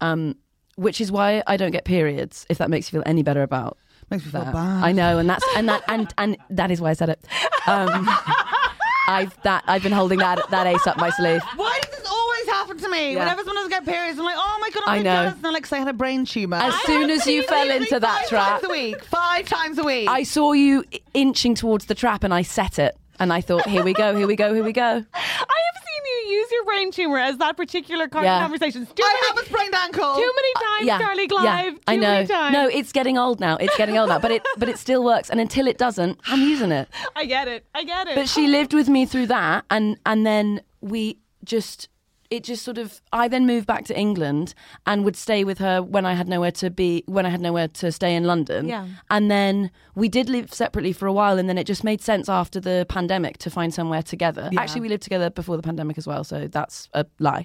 S5: um, which is why I don't get periods. If that makes you feel any better about
S2: Makes me feel
S5: that,
S2: bad.
S5: I know, and that's and that and and that is why I said it. Um, I've that I've been holding that that ace up my sleeve.
S2: Why does this always happen to me?
S5: Yeah.
S2: Whenever someone doesn't get get periods. I'm like, oh my god,
S5: I
S2: I'm
S5: know.
S2: jealous. And Alexa had a brain tumor.
S5: As
S2: I
S5: soon
S2: have
S5: as you
S2: seen
S5: fell
S2: these
S5: into
S2: things five
S5: that trap.
S2: times a week, five times a week.
S5: I saw you i- inching towards the trap and I set it. And I thought, here we go, here we go, here we go.
S1: I have seen you use your brain tumor as that particular kind
S5: Yeah. Uh,
S1: of conversation. Too
S2: I have
S1: many,
S2: a sprained ankle.
S1: too many times,
S5: yeah,
S1: Charlie Clive.
S5: yeah,
S1: too
S5: I know.
S1: Many times.
S5: No, it's getting old now. It's getting old now, but it but it still works. And until it doesn't, I'm using it.
S1: I get it. I get it.
S5: But she lived with me through that, and and then we just it just sort of I then moved back to England and would stay with her when I had nowhere to be when I had nowhere to stay in London.
S1: Yeah.
S5: And then we did live separately for a while, and then it just made sense after the pandemic to find somewhere together. Actually, we lived together before the pandemic as well, so that's a lie.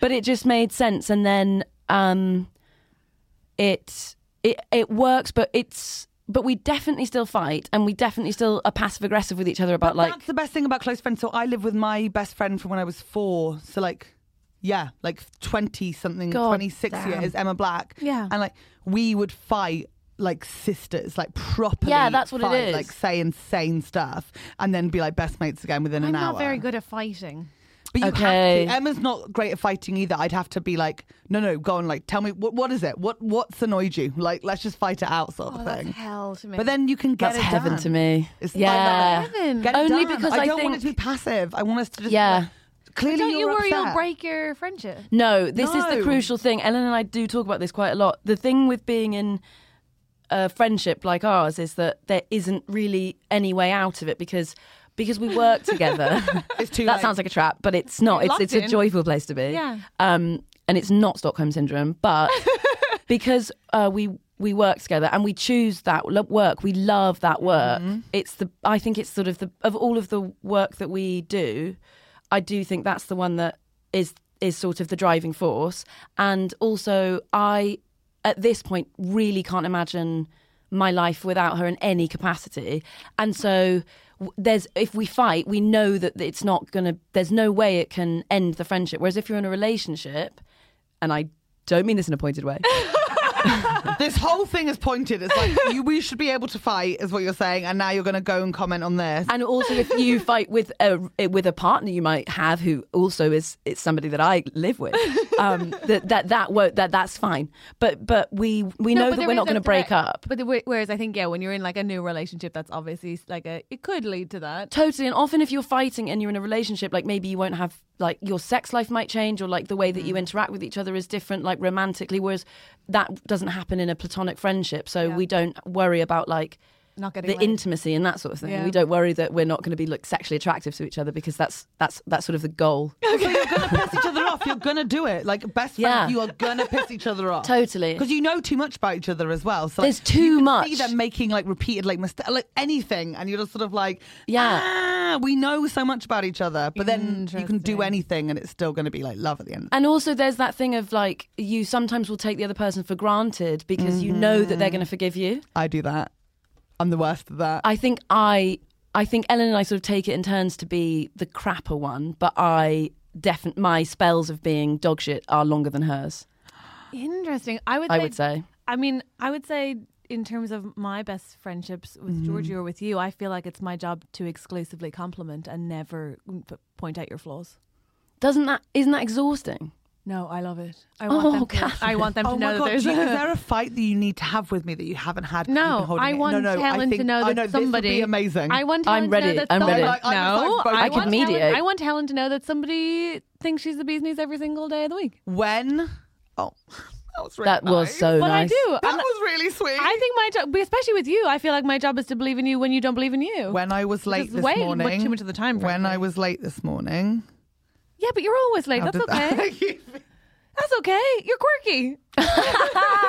S5: but it just made sense, and then um, it it it works, but it's. But we definitely still fight, and we definitely still are passive aggressive with each other about like
S2: That's the best thing about close friends. So I live with my best friend from when I was four. So like, yeah, like twenty something,
S5: God
S2: twenty six
S5: damn.
S2: years. Emma Black.
S1: Yeah.
S2: and like we would fight like sisters, like properly.
S5: Yeah, that's what it
S2: fight,
S5: is.
S2: Like say insane stuff, and then be like best mates again within
S1: I'm
S2: an hour.
S1: not very good at fighting.
S2: But you
S5: Okay.
S2: have to. Emma's not great at fighting either. I'd have to be like, no, no, go on, like tell me what what is it? What what's annoyed you? Like let's just fight it out, sort of
S1: Oh, that's
S2: thing.
S1: hell to me.
S2: But then you can get
S5: That's
S2: it
S5: heaven
S2: done.
S5: to me.
S2: It's like
S5: yeah.
S2: that.
S1: Heaven.
S2: Get it
S5: Only
S2: done.
S5: because
S2: I
S5: I
S2: don't want it to be
S5: think-
S2: passive. I want us to just
S5: Yeah.
S2: Clearly,
S1: don't you
S2: you're
S1: worry you'll
S2: upset.
S1: break your friendship.
S5: No, this is the
S2: No.
S5: crucial thing. Ellen and I do talk about this quite a lot. The thing with being in a friendship like ours is that there isn't really any way out of it because because we work together.
S2: It's too
S5: that
S2: late.
S5: sounds like a trap, but it's not. It's
S1: locked
S5: it's a
S1: in.
S5: joyful place to be.
S1: Yeah.
S5: Um, and it's not Stockholm syndrome, but because uh, we we work together and we choose that lo- work, we love that work. It's the I think it's sort of the of all of the work that we do, I do think that's the one that is is sort of the driving force. And also, I at this point really can't imagine my life without her in any capacity. And so w- there's if we fight, we know that it's not gonna. There's no way it can end the friendship. Whereas if you're in a relationship, and I don't mean this in a pointed way.
S2: This whole thing is pointed. It's like you, we should be able to fight, is what you're saying, and now you're going to go and comment on this.
S5: And also, if you fight with a with a partner you might have who also is it's somebody that I live with, um, that that that won't, that that's fine. But but we we know
S1: but
S5: that
S1: there
S5: we're
S1: is
S5: not
S1: a
S5: going to break
S1: threat.
S5: up.
S1: But the, whe- whereas I think yeah, when you're in like a new relationship, that's obviously like a it could lead to that.
S5: Totally, and often if you're fighting and you're in a relationship, like maybe you won't have like your sex life might change, or like the way that
S1: Mm.
S5: you interact with each other is different, like romantically. Whereas that doesn't happen in a platonic friendship, so we don't worry about like
S1: Not getting
S5: the
S1: laid.
S5: intimacy and that sort of thing.
S1: Yeah.
S5: We don't worry that we're not going to be like sexually attractive to each other because that's that's that's sort of the goal.
S2: piss each other off. You're going to do it. Like best friends,
S5: Yeah.
S2: you are going to piss each other off.
S5: Totally.
S2: Because you know too much about each other as well. So like,
S5: There's too
S2: you can See
S5: much.
S2: them making like repeated like mistakes, like anything, and you're just sort of like,
S5: Yeah.
S2: ah, we know so much about each other, but then you can do anything, and it's still going to be like love at the end.
S5: And also, there's that thing of like you sometimes will take the other person for granted because you know that
S2: Mm-hmm.
S5: they're going to forgive you.
S2: I do that. I'm the worst at that.
S5: I think I, I think Ellen and I sort of take it in turns to be the crapper one, but I definitely my spells of being dog shit are longer than hers.
S1: Interesting. I would.
S5: I
S1: say-
S5: would say.
S1: I mean, I would say in terms of my best friendships with
S2: Mm-hmm.
S1: Georgie or with you, I feel like it's my job to exclusively compliment and never mm, p- point out your flaws.
S5: Doesn't that isn't that exhausting?
S1: No, I love it. I
S5: Oh,
S1: want them. To, I
S5: Catherine.
S1: want them to
S2: oh
S1: know
S2: my
S1: that
S2: god!
S1: there's
S2: do you-
S1: a.
S2: is there a fight that you need to have with me that you haven't had? but you've been
S1: no,
S2: holding
S1: I
S2: it?
S1: want
S2: no, no, I
S1: Helen
S2: think-
S1: to know
S2: I
S1: that
S2: this would
S1: somebody.
S2: be amazing.
S1: I want.
S5: I'm
S1: Helen
S5: ready.
S1: To know that
S5: I'm
S1: somebody,
S2: I'm
S5: ready.
S2: like-
S1: No,
S2: I'm like- I
S1: want
S5: could mediate.
S1: Helen- I want Helen to know that somebody thinks she's the bee's knees every single day of the week.
S2: when. Oh, that was really
S5: That was
S2: nice.
S5: so
S1: but
S5: nice.
S1: I do.
S2: That
S1: I'm-
S2: was really sweet.
S1: I think my job, especially with you, I feel like my job is to believe in you when you don't believe in you.
S2: when I was late
S1: Just
S2: this
S1: way much-
S2: morning,
S1: too much of the time,
S2: When
S1: frankly.
S2: I was late this morning,
S1: yeah, but you're always late.
S2: how
S1: That's
S2: did that-
S1: okay. That's okay. You're quirky.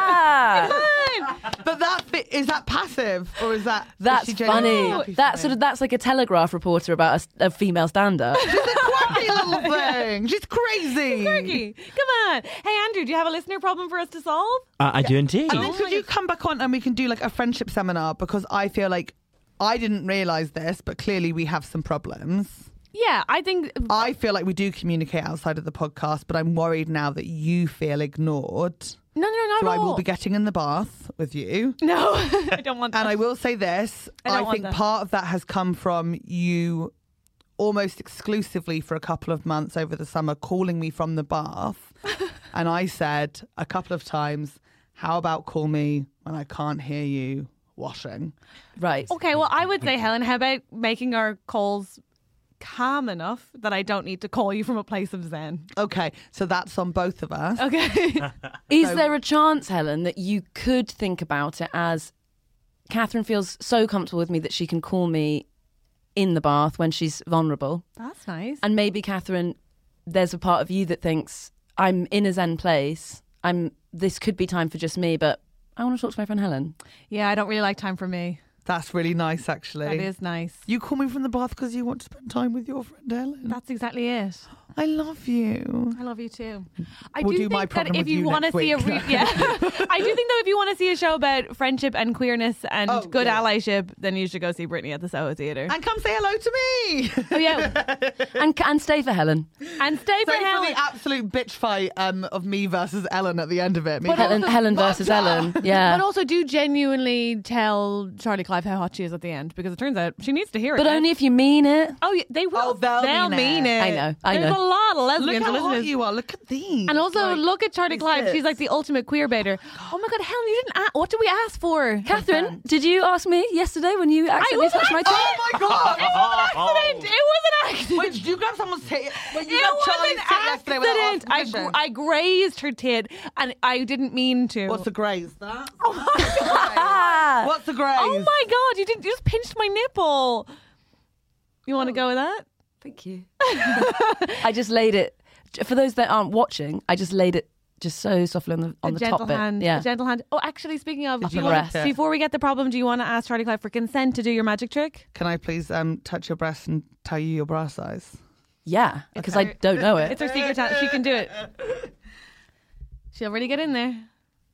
S1: Fine.
S2: but that bit, is that passive or is that? is
S5: That's
S2: she genuinely
S5: funny.
S2: happy for
S5: That
S2: me?
S5: sort of that's like a telegraph reporter about a s- a, female stand-up.
S2: She's a quirky little thing. She's crazy.
S1: quirky. Come on. Hey, Andrew, do you have a listener problem for us to solve?
S4: Uh, I do indeed.
S2: And then
S5: Oh
S2: could you come back on and we can do like a friendship seminar because I feel like I didn't realize this, but clearly we have some problems.
S1: Yeah, I think.
S2: I feel like we do communicate outside of the podcast, but I'm worried now that you feel ignored.
S1: No, no, not
S2: So
S1: at
S2: I
S1: all.
S2: will be getting in the bath with you.
S1: no, I don't want that.
S2: And I will say this
S1: I don't
S2: I,
S1: want
S2: think
S1: that.
S2: part of that has come from you almost exclusively for a couple of months over the summer calling me from the bath And I said a couple of times, How about call me when I can't hear you washing?
S5: Right.
S1: Okay, well, I would say, Helen, how about making our calls calm enough that I don't need to call you from a place of zen?
S2: Okay, so that's on both of
S1: Oh.
S2: us.
S1: Okay.
S5: Is there a chance, Helen, that you could think about it as Catherine feels so comfortable with me that she can call me in the bath when she's vulnerable?
S1: That's nice.
S5: And maybe, Catherine, there's a part of you that thinks, I'm in a Zen place. I'm this could be time for just me, but I want to talk to my friend Helen.
S1: Yeah, I don't really like time for me.
S2: That's really nice, actually.
S1: That is nice.
S2: You call me from the bath because you want to spend time with your friend Ellen.
S1: That's exactly it.
S2: I love you.
S1: I love you too. I
S2: We'll
S1: do,
S2: do my
S1: think that
S2: program
S1: if
S2: with
S1: you,
S2: you
S1: want to
S2: next
S1: see a
S2: week.
S1: re- yeah, I do think that if you want to see a show about friendship and queerness and
S2: Oh,
S1: good
S2: yeah.
S1: allyship, then you should go see Brittany at the Soho Theatre.
S2: And come say hello to me.
S1: oh yeah,
S5: And, and stay for Helen.
S1: and stay for
S2: Sorry for
S1: Helen.
S2: the absolute bitch fight um, of me versus Ellen at the end of it. Me going,
S5: Helen, Helen versus Ellen. Yeah.
S1: But also, do genuinely tell Charlie Clive how hot she is at the end because it turns out she needs to hear it.
S5: But only if you mean it.
S1: Oh, yeah, they will.
S2: Oh, they'll mean it.
S5: I know, I
S1: There's
S5: know.
S1: a lot of
S2: Look
S1: lesbians
S2: how hot
S1: listening.
S2: you are. Look at these.
S1: and also,
S2: Like,
S1: look at Charlie
S2: who's
S1: Clive.
S2: this?
S1: She's like the ultimate queer baiter. Oh my God, Helen, you didn't ask. What did we ask for?
S5: Catherine, did you ask me yesterday when you accidentally
S1: was
S5: touched my toe?
S2: Oh my god!
S1: It was an accident. It was an accident.
S2: Wait, did you grab someone's tit? Wait, you
S1: it
S2: grabbed
S1: was
S2: Charlie's
S1: an
S2: tit yesterday without
S1: accident. I,
S2: asking permission.
S1: I grazed her tit, and I didn't mean to.
S2: What's the graze? That? What's the graze?
S1: oh my god! You didn't. You just pinched my nipple. You want to go with that?
S5: Thank you. I just laid it for those that aren't watching. I just laid it just so softly on the on
S1: a
S5: the
S1: gentle
S5: top
S1: hand.
S5: bit. Yeah.
S1: A gentle hand. Oh, actually, speaking of, do you
S5: my
S1: wanna-
S5: breast.
S1: before we get the problem, do you want to ask Charlie Clive for consent to do your magic trick?
S2: Can I please um, touch your breast and tell you your bra size?
S5: yeah, because I don't know it.
S1: It's her secret talent. She can do it. She'll really get in there.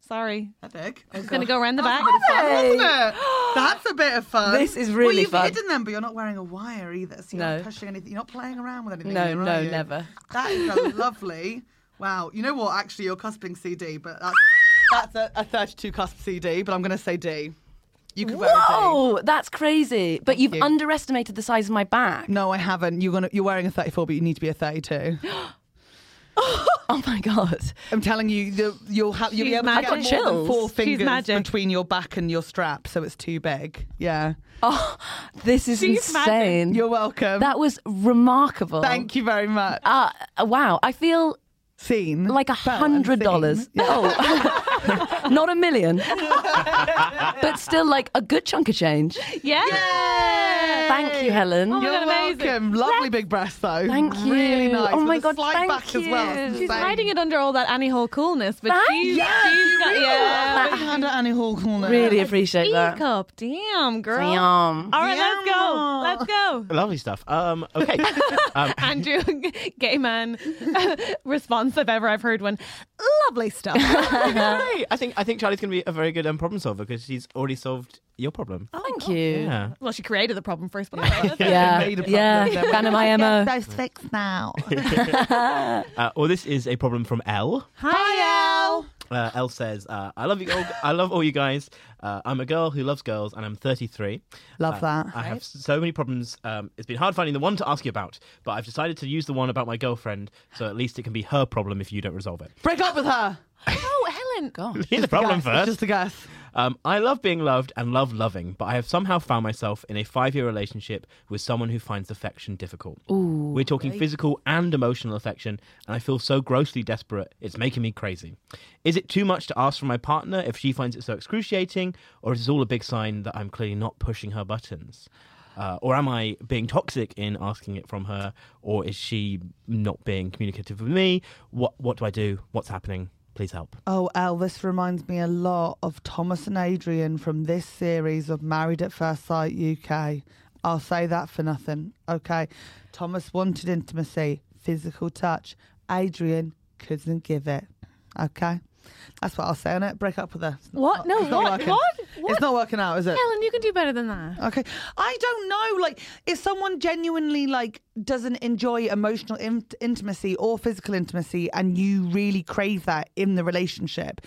S1: Sorry.
S2: I think.
S1: She's going to go around the
S2: Oh,
S1: back.
S2: Isn't it? That's a bit of fun.
S5: This is really
S2: well, you've
S5: fun.
S2: hidden them, but you're not wearing a wire either, so you're
S5: No.
S2: not pushing anything. You're not playing around with anything.
S5: No,
S2: either, are
S5: no,
S2: you?
S5: never.
S2: That is a lovely. Wow. You know what? Actually, you're cusping CD, but that's that's a, a 32 cusp CD. But I'm going to say D. You could wear a D.
S5: Whoa, that's crazy! But you've
S2: you.
S5: underestimated the size of my back.
S2: No, I haven't. You're gonna. You're wearing a 34, but you need to be a 32.
S5: Oh my god!
S2: I'm telling you, the- you'll have. You'll be
S1: She's
S2: able
S1: magic.
S2: to
S5: I've
S2: get more
S5: got
S2: than
S5: chills.
S2: four
S1: She's
S2: fingers
S1: magic.
S2: between your back and your strap, so it's too big. Yeah.
S5: Oh, this is
S1: She's magic.
S5: insane.
S2: You're welcome.
S5: That was remarkable.
S2: Thank you very much.
S5: Uh, wow, I feel
S2: Seen
S5: like a
S2: Felt
S5: hundred dollars.
S2: unseen.
S5: Oh, not a million, but still like a good chunk of change.
S1: Yeah.
S5: Thank you, Helen.
S1: Oh my
S2: You're
S1: God, amazing.
S2: welcome. Lovely big breast though.
S5: Thank
S2: Really
S5: you.
S2: nice.
S5: Oh
S2: With
S5: my
S2: a
S5: God,
S2: slight
S5: thank
S2: back as well.
S5: you.
S1: She's hiding it under all that Annie Hall coolness, but
S5: Thank
S1: she's,
S5: you.
S1: she's got, yeah. but
S2: Backhand at Annie Hall corner.
S5: Really appreciate
S1: E
S5: that.
S1: cup. Damn, girl.
S5: Yum.
S1: All right, let's go.
S2: Damn.
S1: Let's go.
S4: Lovely stuff. Um, okay. um,
S1: Andrew, gay man response if ever I've heard one. Lovely stuff.
S4: hey, I think I think Charlie's going to be a very good um, problem solver because she's already solved your problem.
S5: Thank you. Yeah.
S4: Yeah.
S1: well, she created the problem first, but I love it.
S5: Yeah,
S2: Made a
S5: yeah. kind of my MO.
S2: Those fixed now.
S4: Uh, well, this is a problem from Elle.
S1: Hi, Elle.
S4: Uh, Elle says, uh, "I love you. All, I love all you guys. Uh, I'm a girl who loves girls, and I'm 33.
S2: Love
S4: Uh,
S2: that.
S4: I have so many problems. Um, it's been hard finding the one to ask you about, but I've decided to use the one about my girlfriend. So at least it can be her problem if you don't resolve it.
S2: Break up with her.
S1: Oh, Helen. God.
S4: Here's the problem
S2: Guess,
S4: first.
S2: Just a guess.
S4: Um, I love being loved and love loving, but I have somehow found myself in a five year relationship with someone who finds affection difficult. We're talking physical and emotional affection, and I feel so grossly desperate, it's making me crazy. Is it too much to ask from my partner if she finds it so excruciating, or is this all a big sign that I'm clearly not pushing her buttons? Uh, or am I being toxic in asking it from her, or is she not being communicative with me? What, what do I do? What's happening? Please help.
S2: Oh, Elle, this reminds me a lot of Thomas and Adrian from this series of Married at First Sight UK. I'll say that for nothing. Okay. Thomas wanted intimacy, physical touch. Adrian couldn't give it. Okay. That's what I'll say on it. Break up with her. It's not-
S1: What? No,
S2: it's not
S1: what?
S2: working.
S1: What? What?
S2: It's not working out, is it?
S1: Helen, you can do better than that.
S2: Okay. I don't know. Like, if someone genuinely like doesn't enjoy emotional in- intimacy or physical intimacy, and you really crave that in the relationship,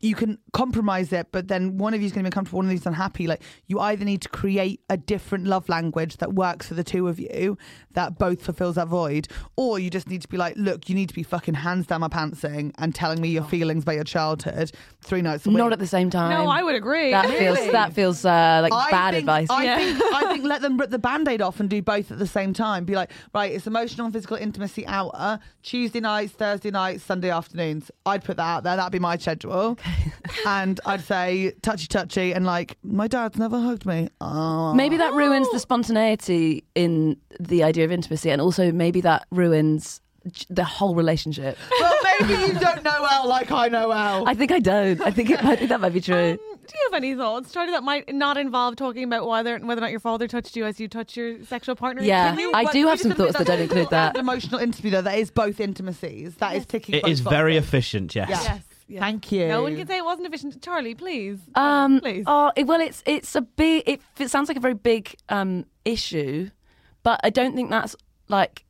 S2: you can compromise it, but then one of you's going to be uncomfortable, one of you's unhappy. Like you either need to create a different love language that works for the two of you, that both fulfills that void, or you just need to be like, look, you need to be fucking hands down my pantsing and telling me your feelings about your childhood three nights a week.
S5: Oh. Not at the same time.
S1: No, I would agree.
S5: That feels that feels uh, like bad
S2: think,
S5: advice.
S2: I,
S1: Yeah.
S2: think, I think let them rip the band-aid off and do both at the same time. Be like, right, it's emotional and physical intimacy hour, Tuesday nights, Thursday nights, Sunday afternoons. I'd put that out there. That'd be my schedule. and I'd say touchy touchy and like, my dad's never hugged me. Oh.
S5: Maybe that ruins the spontaneity in the idea of intimacy, and also maybe that ruins j- the whole relationship.
S2: well, maybe you don't know Elle like I know Elle.
S5: I think I don't. I think it, I think that might be true.
S1: Um, do you have any thoughts, Charlie, that might not involve talking about whether whether or not your father touched you as you touched your sexual partner?
S5: Yeah.
S1: Can you-
S5: I
S2: But
S5: do
S2: we
S5: have
S2: just
S5: some
S2: admit
S5: thoughts that don't
S2: physical
S5: include that.
S2: and Emotional intimacy, though, that is both intimacies. That is ticking
S6: It
S2: both
S6: is very
S2: boxes.
S6: efficient, yes.
S2: Yeah.
S1: Yes. yes.
S2: Thank you.
S1: No one can say it wasn't efficient. Charlie, please.
S5: Um,
S1: please.
S5: Oh, it, well, it's it's a big. It, it sounds like a very big um, issue, but I don't think that's like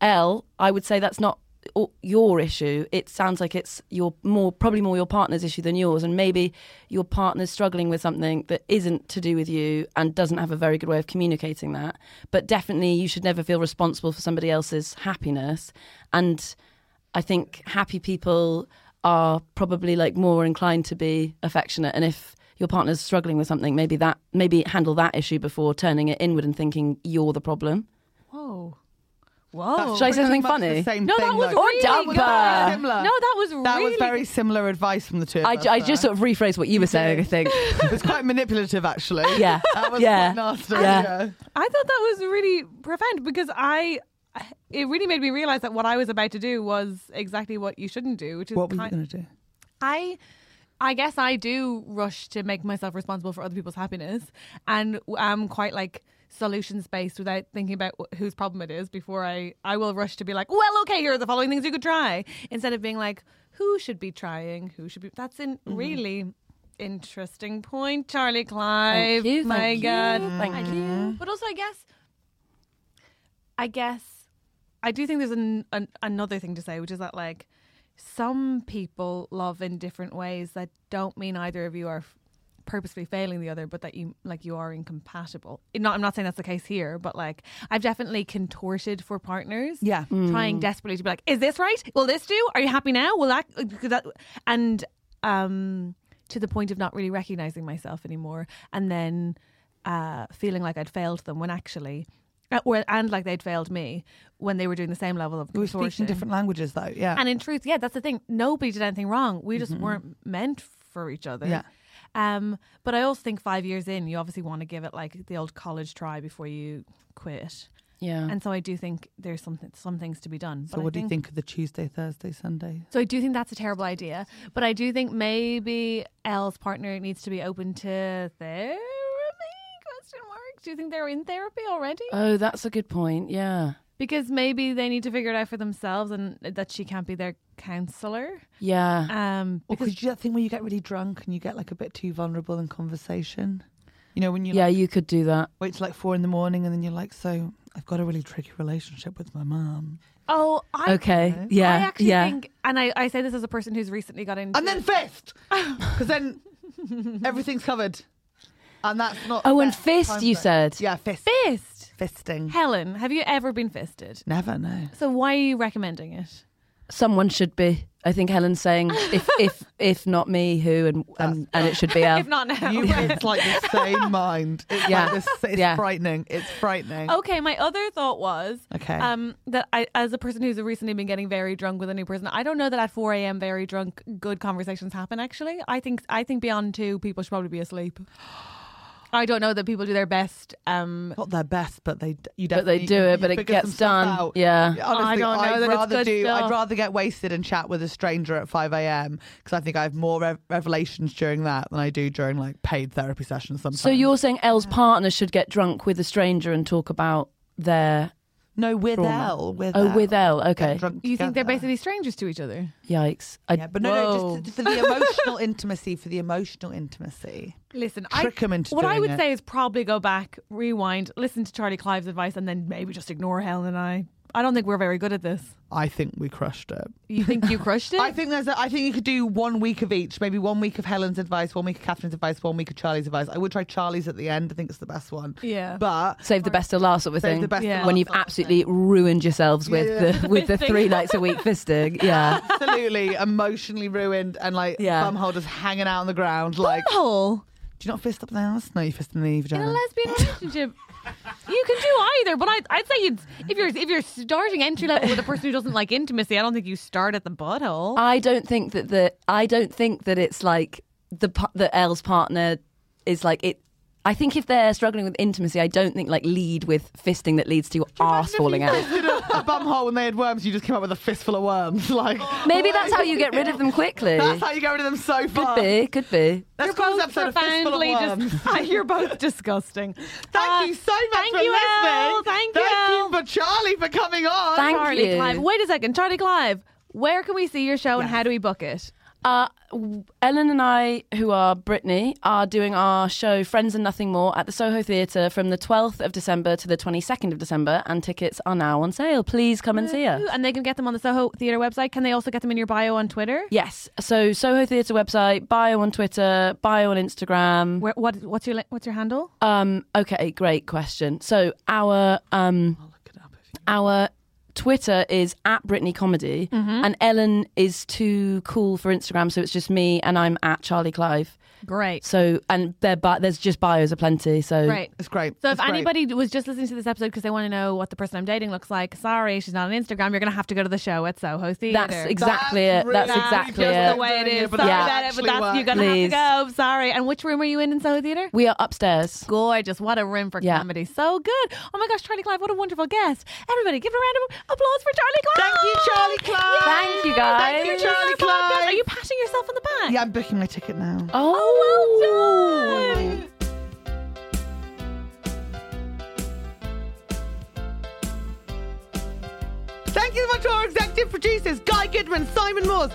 S5: L. I would say that's not o- your issue. It sounds like it's your more probably more your partner's issue than yours, and maybe your partner's struggling with something that isn't to do with you and doesn't have a very good way of communicating that. But definitely, you should never feel responsible for somebody else's happiness, and I think happy people are probably like more inclined to be affectionate. And if your partner's struggling with something, maybe that maybe handle that issue before turning it inward and thinking you're the problem.
S1: Whoa. Whoa.
S2: That's
S5: Should I
S2: pretty
S5: say something
S2: much the
S5: funny?
S2: same
S1: no, that
S2: thing,
S1: was
S2: though.
S5: Or
S1: really
S5: dumper.
S1: good.
S2: Similar.
S1: No, that was
S2: That
S1: really
S2: was very similar advice from the two of
S5: I,
S2: us.
S5: I
S2: there.
S5: just sort of rephrased what you were saying. I think.
S2: It was quite manipulative, actually.
S5: Yeah.
S2: That was
S5: Yeah.
S2: quite nasty.
S5: Yeah.
S2: Yeah.
S1: I thought that was really profound because I, it really made me realize that what I was about to do was exactly what you shouldn't do, which is
S2: What were you
S1: kind-
S2: going to do?
S1: I I guess I do rush to make myself responsible for other people's happiness and I'm quite like solutions based without thinking about wh- whose problem it is before I I will rush to be like, "Well, okay, here are the following things you could try." Instead of being like, "Who should be trying? Who should be That's in really interesting point, Charlie Clive.
S5: Mm-hmm. Thank you,
S1: My
S5: thank you,
S1: god.
S5: thank
S1: I-
S5: you.
S1: But also I guess I guess I do think there's an, an, another thing to say, which is that like some people love in different ways that don't mean either of you are f- purposefully failing the other, but that you like you are incompatible. Not, I'm not saying that's the case here, but like I've definitely contorted for partners,
S2: Yeah.
S5: Mm.
S1: trying desperately to be like, is this right? Will this do? Are you happy now? Will that? Could that? And um, to the point of not really recognizing myself anymore, and then uh, feeling like I'd failed them when actually. uh, Or, and like they'd failed me when they were doing the same level of
S2: We were speaking
S1: contortion.
S2: different languages, though. Yeah.
S1: And in truth, yeah, that's the thing. Nobody did anything wrong. We just weren't meant for each other.
S2: Mm-hmm. Yeah.
S1: Um, but I also think five years in, you obviously want to give it like the old college try before you quit.
S5: Yeah.
S1: And so I do think there's some some things to be done.
S2: so,
S1: But I
S2: what do you think of the Tuesday, Thursday, Sunday?
S1: So I do think that's a terrible idea. But I do think maybe Elle's partner needs to be open to therapy? Question mark. Do you think they're in therapy already?
S2: Uh,
S5: oh, that's a good point. Yeah.
S1: because maybe they need to figure it out for themselves, and that she can't be their counselor.
S5: Yeah.
S1: Um,
S2: Or
S1: because
S2: Oh, could you do that thing where you get really drunk and you get like a bit too vulnerable in conversation? You know, when you
S5: yeah,
S2: like,
S5: you could do that.
S2: wait till like four in the morning and then you're like, so I've got a really tricky relationship with my mom.
S1: oh, I
S5: Okay. Yeah.
S1: I actually
S5: yeah.
S1: think, and I, I say this as a person who's recently got into.
S2: And then fist! Because then everything's covered. And that's not.
S5: oh, and
S2: that's
S5: fist,
S2: time
S5: you
S2: for it.
S5: said.
S2: Yeah, fist.
S1: fist.
S2: Fisting.
S1: Helen, have you ever been fisted?
S2: Never, no.
S1: So why are you recommending it?
S5: Someone should be. I think Helen's saying if if if not me, who and and, and it should be Elle.
S1: If not now.
S2: You, it's like the same mind. It's
S5: Yeah.
S2: like this, it's
S5: Yeah. Oh.
S2: frightening. It's frightening.
S1: Okay, my other thought was
S2: Okay.
S1: um, that I, as a person who's recently been getting very drunk with a new person, I don't know that at four a.m. very drunk, good conversations happen. Actually, I think I think beyond two, people should probably be asleep. I don't know that people do their best. Um,
S2: not their best, but they d- you
S5: But they
S2: definitely-
S5: do it,
S2: you
S5: but it
S2: figure
S5: gets
S2: some stuff
S5: done.
S2: out.
S5: Yeah.
S2: honestly,
S1: I don't know
S2: I'd
S1: that it's
S2: rather
S1: good
S2: do.
S1: stuff.
S2: I'd rather get wasted and chat with a stranger at five a.m. because I think I have more rev- revelations during that than I do during like paid therapy sessions. Sometimes.
S5: So you're saying Elle's partner should get drunk with a stranger and talk about their
S2: no with
S5: Trauma.
S2: L with
S5: oh
S2: Elle.
S5: with Elle.
S2: Get
S5: Okay,
S2: drunk
S1: you think they're
S2: together.
S1: basically strangers to each other?
S5: yikes. I,
S2: Yeah, but no, no,
S5: Whoa.
S2: just for the emotional intimacy, for the emotional intimacy.
S1: Listen,
S2: Trick
S1: I,
S2: 'em into
S1: what I
S2: doing
S1: would
S2: it.
S1: say is probably go back, rewind, listen to Charlie Clive's advice, and then maybe just ignore Helen and I. I don't think we're very good at this.
S2: I think we crushed it.
S1: You think you crushed it?
S2: I think there's. A, I think you could do one week of each. Maybe one week of Helen's advice, one week of Catherine's advice, one week of Charlie's advice. I would try Charlie's at the end. I think it's the best one.
S1: Yeah.
S2: But
S5: Save the best till last sort of
S2: Save
S5: thing.
S2: the best till
S1: Yeah. last
S5: When you've
S2: sort of
S5: absolutely ruined yourselves with
S2: Yeah.
S5: the with the
S1: Fisting.
S5: three nights a week fisting. Yeah.
S2: absolutely emotionally ruined and like
S5: Yeah.
S2: bum holders hanging out on the ground. Like, do
S1: Butthole
S2: you not fist up the house? No, you fist in the
S1: in
S2: vagina.
S1: a lesbian relationship. You can do either, but I, I'd say you'd, if you're if you're starting entry level with a person who doesn't like intimacy, I don't think you start at the butthole.
S2: Oh,
S5: I don't think that the I don't think that it's like the pa- the L's partner is like it. I think if they're struggling with intimacy, I don't think like lead with fisting that leads to arse falling out.
S2: Did a, a bum hole when they had worms, you just came up with a fistful of worms. Like
S5: Maybe that's how you get rid of them quickly.
S2: that's how you get rid of them so
S5: Could
S2: far.
S5: be, could be.
S2: Let's call this episode a fistful of worms.
S1: dis- Ah, you're both disgusting.
S2: Thank
S1: Uh,
S2: you so much
S1: thank
S2: for
S1: you,
S2: listening.
S1: Elle. Thank you, Elle.
S2: for Charlie for coming on.
S5: Thank
S1: Charlie
S5: you.
S1: Clive. Wait a second, Charlie Clive. Where can we see your show and how do we book it?
S5: Uh, w- Ellen and I, who are Brittany, are doing our show Friends and Nothing More at the Soho Theatre from the 12th of December to the 22nd of December, and tickets are now on sale. Please come and see us.
S1: Ooh, And they can get them on the Soho Theatre website. Can they also get them in your bio on Twitter?
S5: Yes, so Soho Theatre website, bio on Twitter, bio on Instagram.
S1: Where, what what's your li- what's your handle?
S5: Um, okay, great question. So our um, our Twitter is at Brittany Comedy, and Ellen is too cool for Instagram, so it's just me, and I'm at Charlie Clive.
S1: Great.
S5: So and there, but there's just bios aplenty. So
S1: Great.
S2: It's great.
S1: So
S2: It's
S1: if
S2: great.
S1: anybody was just listening to this episode because they want to know what the person I'm dating looks like, sorry, she's not on Instagram. You're going to have to go to the show at Soho Theatre.
S5: that's exactly it.
S2: really
S5: That's
S2: good.
S5: exactly
S2: Just
S5: it.
S1: the way it
S2: Yeah,
S1: is.
S2: but
S1: Sorry,
S5: that
S1: that, but
S2: actually
S1: that's you're
S2: works.
S1: going to
S5: Please.
S1: have to go. Sorry. And which room are you in in Soho Theatre?
S5: we are upstairs.
S1: gorgeous. What a room for
S5: Yeah.
S1: comedy. So good. Oh my gosh, Charlie Clive, what a wonderful guest. Everybody, give a round of applause for Charlie Clive.
S2: Thank you, Charlie Clive.
S5: Thank you, guys.
S2: Thank you,
S1: This is our
S2: Charlie
S1: podcast.
S2: Clive.
S1: Are you patting yourself on the back?
S2: Yeah, I'm booking my ticket now.
S5: Oh,
S1: Oh, well done.
S2: Thank you so much to our executive producers, Guy Goodman, Simon Moores,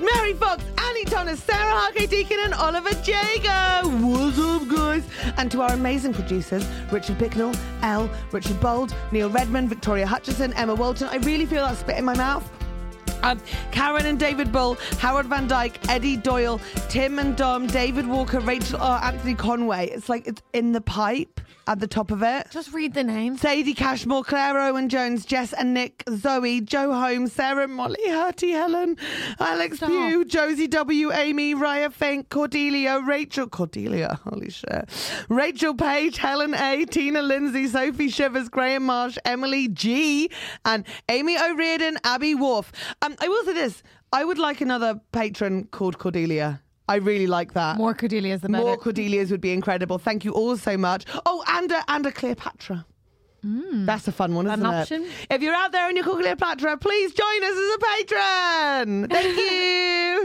S2: Mary Fox, Annie Thomas, Sarah Harkey Deacon, and Oliver Jago. What's up, guys? And to our amazing producers, Richard Bicknell, Elle, Richard Bold, Neil Redmond, Victoria Hutchison, Emma Walton. I really feel that spit in my mouth. Um, Karen and David Bull, Howard Van Dyke, Eddie Doyle, Tim and Dom, David Walker, Rachel R, Anthony Conway. It's like it's in the pipe at the top of it.
S1: Just read the names.
S2: Sadie Cashmore, Claire Owen Jones, Jess and Nick, Zoe, Joe Holmes, Sarah Molly, Herty Helen, Alex
S1: Stop.
S2: Pugh, Josie W, Amy, Raya Fink, Cordelia, Rachel, Cordelia, holy shit, Rachel Page, Helen A, Tina Lindsay, Sophie Shivers, Graham Marsh, Emily G, and Amy O'Reardon, Abby Wharf. Um, I will say this: I would like another patron called Cordelia. I really like that.
S1: More Cordelia's the better.
S2: More Cordelias would be incredible. Thank you all so much. Oh, and a, and a Cleopatra. That's a fun one,
S1: Mm. An
S2: isn't it?
S1: option.
S2: If you're out there and you're called Cleopatra, please join us as a patron. Thank you.